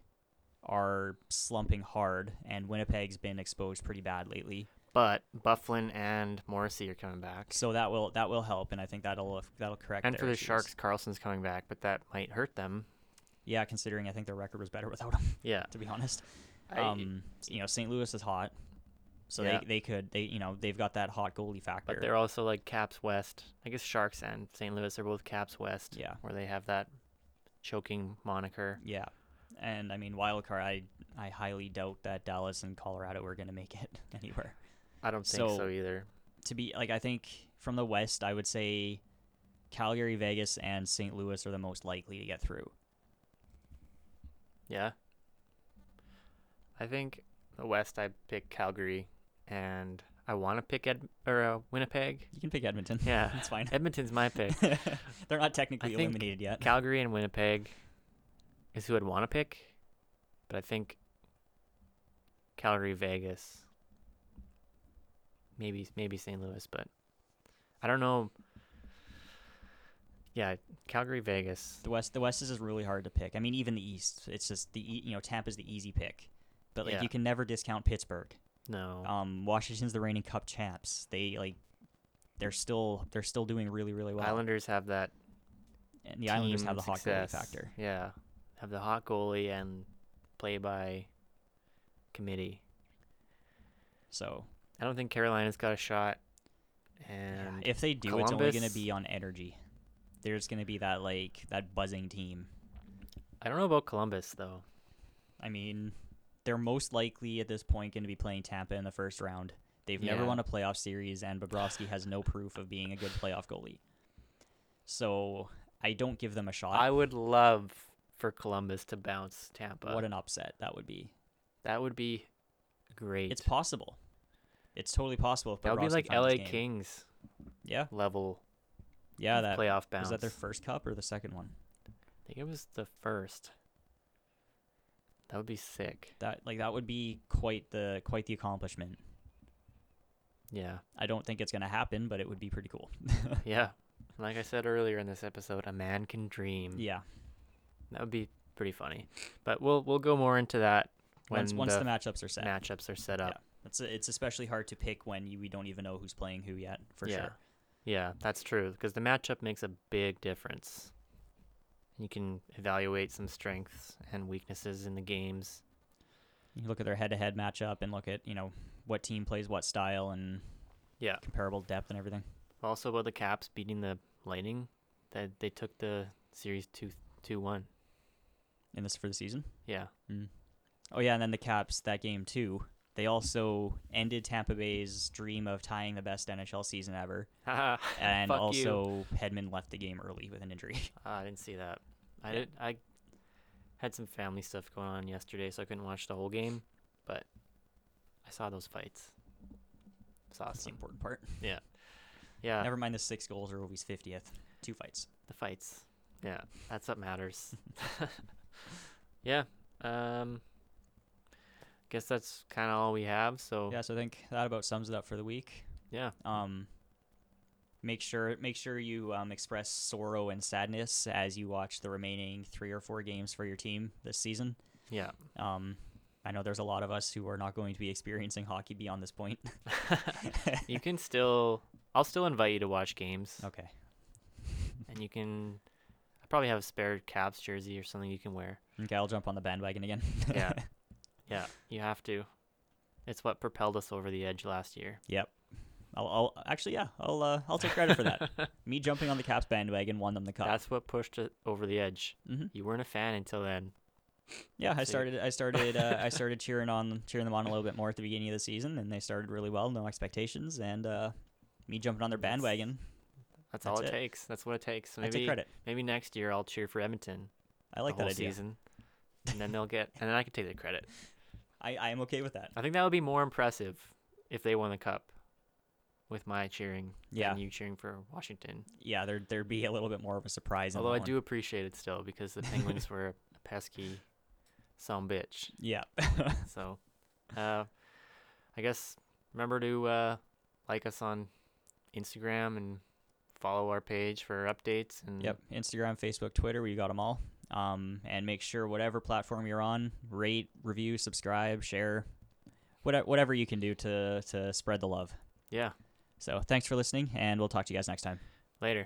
Speaker 1: are slumping hard, and Winnipeg's been exposed pretty bad lately.
Speaker 2: But Bufflin and Morrissey are coming back.
Speaker 1: So that will that will help, and I think that'll that'll correct.
Speaker 2: and
Speaker 1: their
Speaker 2: for the
Speaker 1: issues.
Speaker 2: Sharks, Carlson's coming back, but that might hurt them.
Speaker 1: yeah, considering I think their record was better without him,
Speaker 2: Yeah.
Speaker 1: to be honest.
Speaker 2: I-
Speaker 1: Um, you know, St. Louis is hot, so
Speaker 2: Yeah.
Speaker 1: they they could they you know they've got that hot goalie factor.
Speaker 2: But they're also like Caps West. I guess Sharks and St. Louis are both Caps West,
Speaker 1: yeah.
Speaker 2: where they have that choking moniker.
Speaker 1: Yeah. And I mean, wild card, I I highly doubt that Dallas and Colorado are going to make it anywhere.
Speaker 2: I don't think so,
Speaker 1: So-
Speaker 2: either.
Speaker 1: To be like, I think from the West, I would say Calgary, Vegas, and St. Louis are the most likely to get through.
Speaker 2: Yeah. I think the West. I pick Calgary, and I want to pick Ed or uh, Winnipeg.
Speaker 1: You can pick Edmonton.
Speaker 2: Yeah,
Speaker 1: it's fine.
Speaker 2: Edmonton's my pick.
Speaker 1: They're not technically
Speaker 2: think
Speaker 1: eliminated yet.
Speaker 2: Calgary and Winnipeg is who I'd want to pick, but I think Calgary, Vegas, maybe maybe St. Louis, but I don't know. Yeah, Calgary, Vegas.
Speaker 1: The West, the West is just really hard to pick. I mean, even the East, it's just the e- you know Tampa's the easy pick, but like
Speaker 2: Yeah. Oh.
Speaker 1: you can never discount Pittsburgh.
Speaker 2: No,
Speaker 1: Um, Washington's the reigning Cup champs. They like they're still they're still doing really really well.
Speaker 2: Islanders have that.
Speaker 1: and the Islanders have the
Speaker 2: team
Speaker 1: hot goalie
Speaker 2: success.
Speaker 1: factor.
Speaker 2: Yeah, have the hot goalie and play by committee.
Speaker 1: So
Speaker 2: I don't think Carolina's got a shot. And
Speaker 1: if they do, it's only going
Speaker 2: Columbus-
Speaker 1: to be on energy. There's going to be that like that buzzing team.
Speaker 2: I don't know about Columbus though.
Speaker 1: I mean, they're most likely at this point going to be playing Tampa in the first round. They've never
Speaker 2: Yeah.
Speaker 1: won a playoff series, and Bobrovsky has no proof of being a good playoff goalie. So I don't give them a shot.
Speaker 2: I would love for Columbus to bounce Tampa.
Speaker 1: what an upset that would be.
Speaker 2: that would be great.
Speaker 1: It's possible. It's totally possible. If
Speaker 2: that would be
Speaker 1: Bobrovsky
Speaker 2: like
Speaker 1: finds
Speaker 2: LA
Speaker 1: his game.
Speaker 2: Kings
Speaker 1: Yeah,
Speaker 2: level
Speaker 1: yeah. That
Speaker 2: playoff bounce.
Speaker 1: was that their first cup or the second one?
Speaker 2: I think it was the first. That would be sick.
Speaker 1: That like that would be quite the quite the accomplishment.
Speaker 2: Yeah.
Speaker 1: I don't think it's going to happen, but it would be pretty cool.
Speaker 2: Yeah. Like I said earlier in this episode, a man can dream.
Speaker 1: yeah.
Speaker 2: That would be pretty funny. But we'll we'll go more into that when
Speaker 1: Once once the,
Speaker 2: the
Speaker 1: matchups are set.
Speaker 2: matchups are set up.
Speaker 1: It's it's especially hard to pick when you, we don't even know who's playing who yet for
Speaker 2: yeah.
Speaker 1: sure.
Speaker 2: Yeah, that's true because the matchup makes a big difference. You can evaluate some strengths and weaknesses in the games.
Speaker 1: You look at their head-to-head matchup and look at you know what team plays what style and
Speaker 2: Yeah.
Speaker 1: comparable depth and everything.
Speaker 2: Also about the Caps beating the Lightning, that they took the series 2 2 1.
Speaker 1: In this for the season.
Speaker 2: Yeah.
Speaker 1: Oh yeah, and then the Caps that game too. They also ended Tampa Bay's dream of tying the best NHL season ever,
Speaker 2: Haha,
Speaker 1: and
Speaker 2: Fuck you.
Speaker 1: also Hedman left the game early with an injury.
Speaker 2: Ah, I didn't see that. I
Speaker 1: Yeah.
Speaker 2: did I had some family stuff going on yesterday so I couldn't watch the whole game, but I saw those fights.
Speaker 1: That's
Speaker 2: It's
Speaker 1: the
Speaker 2: awesome.
Speaker 1: important part.
Speaker 2: Yeah.
Speaker 1: Never mind the six goals or Ovi's fiftieth. Two fights.
Speaker 2: the fights. Yeah, that's what matters. yeah. Um guess that's kind of all we have, so
Speaker 1: Yeah, so I think that about sums it up for the week.
Speaker 2: yeah.
Speaker 1: um make sure make sure you um, express sorrow and sadness as you watch the remaining three or four games for your team this season
Speaker 2: Yeah.
Speaker 1: um i know there's a lot of us who are not going to be experiencing hockey beyond this point
Speaker 2: You can still I'll still invite you to watch games
Speaker 1: okay
Speaker 2: and you can I probably have a spare Caps jersey or something you can wear.
Speaker 1: okay i'll jump on the bandwagon again
Speaker 2: Yeah. yeah, you have to. It's what propelled us over the edge last year.
Speaker 1: I'll, I'll actually yeah i'll uh, i'll take credit for that me jumping on the caps bandwagon won them the cup
Speaker 2: That's what pushed it over the edge.
Speaker 1: hmm
Speaker 2: You weren't a fan until then.
Speaker 1: yeah i
Speaker 2: so-
Speaker 1: started i started uh, i started cheering on cheering them on a little bit more at the beginning of the season and they started really well no expectations and uh me jumping on their
Speaker 2: That's-
Speaker 1: bandwagon
Speaker 2: That's, all it,
Speaker 1: That's it.
Speaker 2: takes. That's what it takes.
Speaker 1: I take
Speaker 2: Maybe
Speaker 1: credit.
Speaker 2: maybe next year I'll cheer for Edmonton.
Speaker 1: I like that
Speaker 2: the whole
Speaker 1: idea.
Speaker 2: season, and then they'll get, and then I can take the credit.
Speaker 1: I, I am okay with that.
Speaker 2: I think that would be more impressive if they won the cup with my cheering
Speaker 1: Yeah,
Speaker 2: and you cheering for Washington.
Speaker 1: yeah. There there'd be a little bit more of a surprise. in
Speaker 2: Although
Speaker 1: that
Speaker 2: I
Speaker 1: one.
Speaker 2: do appreciate it still because the Penguins were a pesky some bitch.
Speaker 1: Yeah,
Speaker 2: So, uh, I guess remember to uh, like us on Instagram and follow our page for updates and
Speaker 1: yep. Instagram, Facebook, Twitter, we got them all. Um, and make sure whatever platform you're on, rate, review, subscribe, share, whatever whatever you can do to to spread the love.
Speaker 2: yeah
Speaker 1: So thanks for listening, and we'll talk to you guys next time.
Speaker 2: later.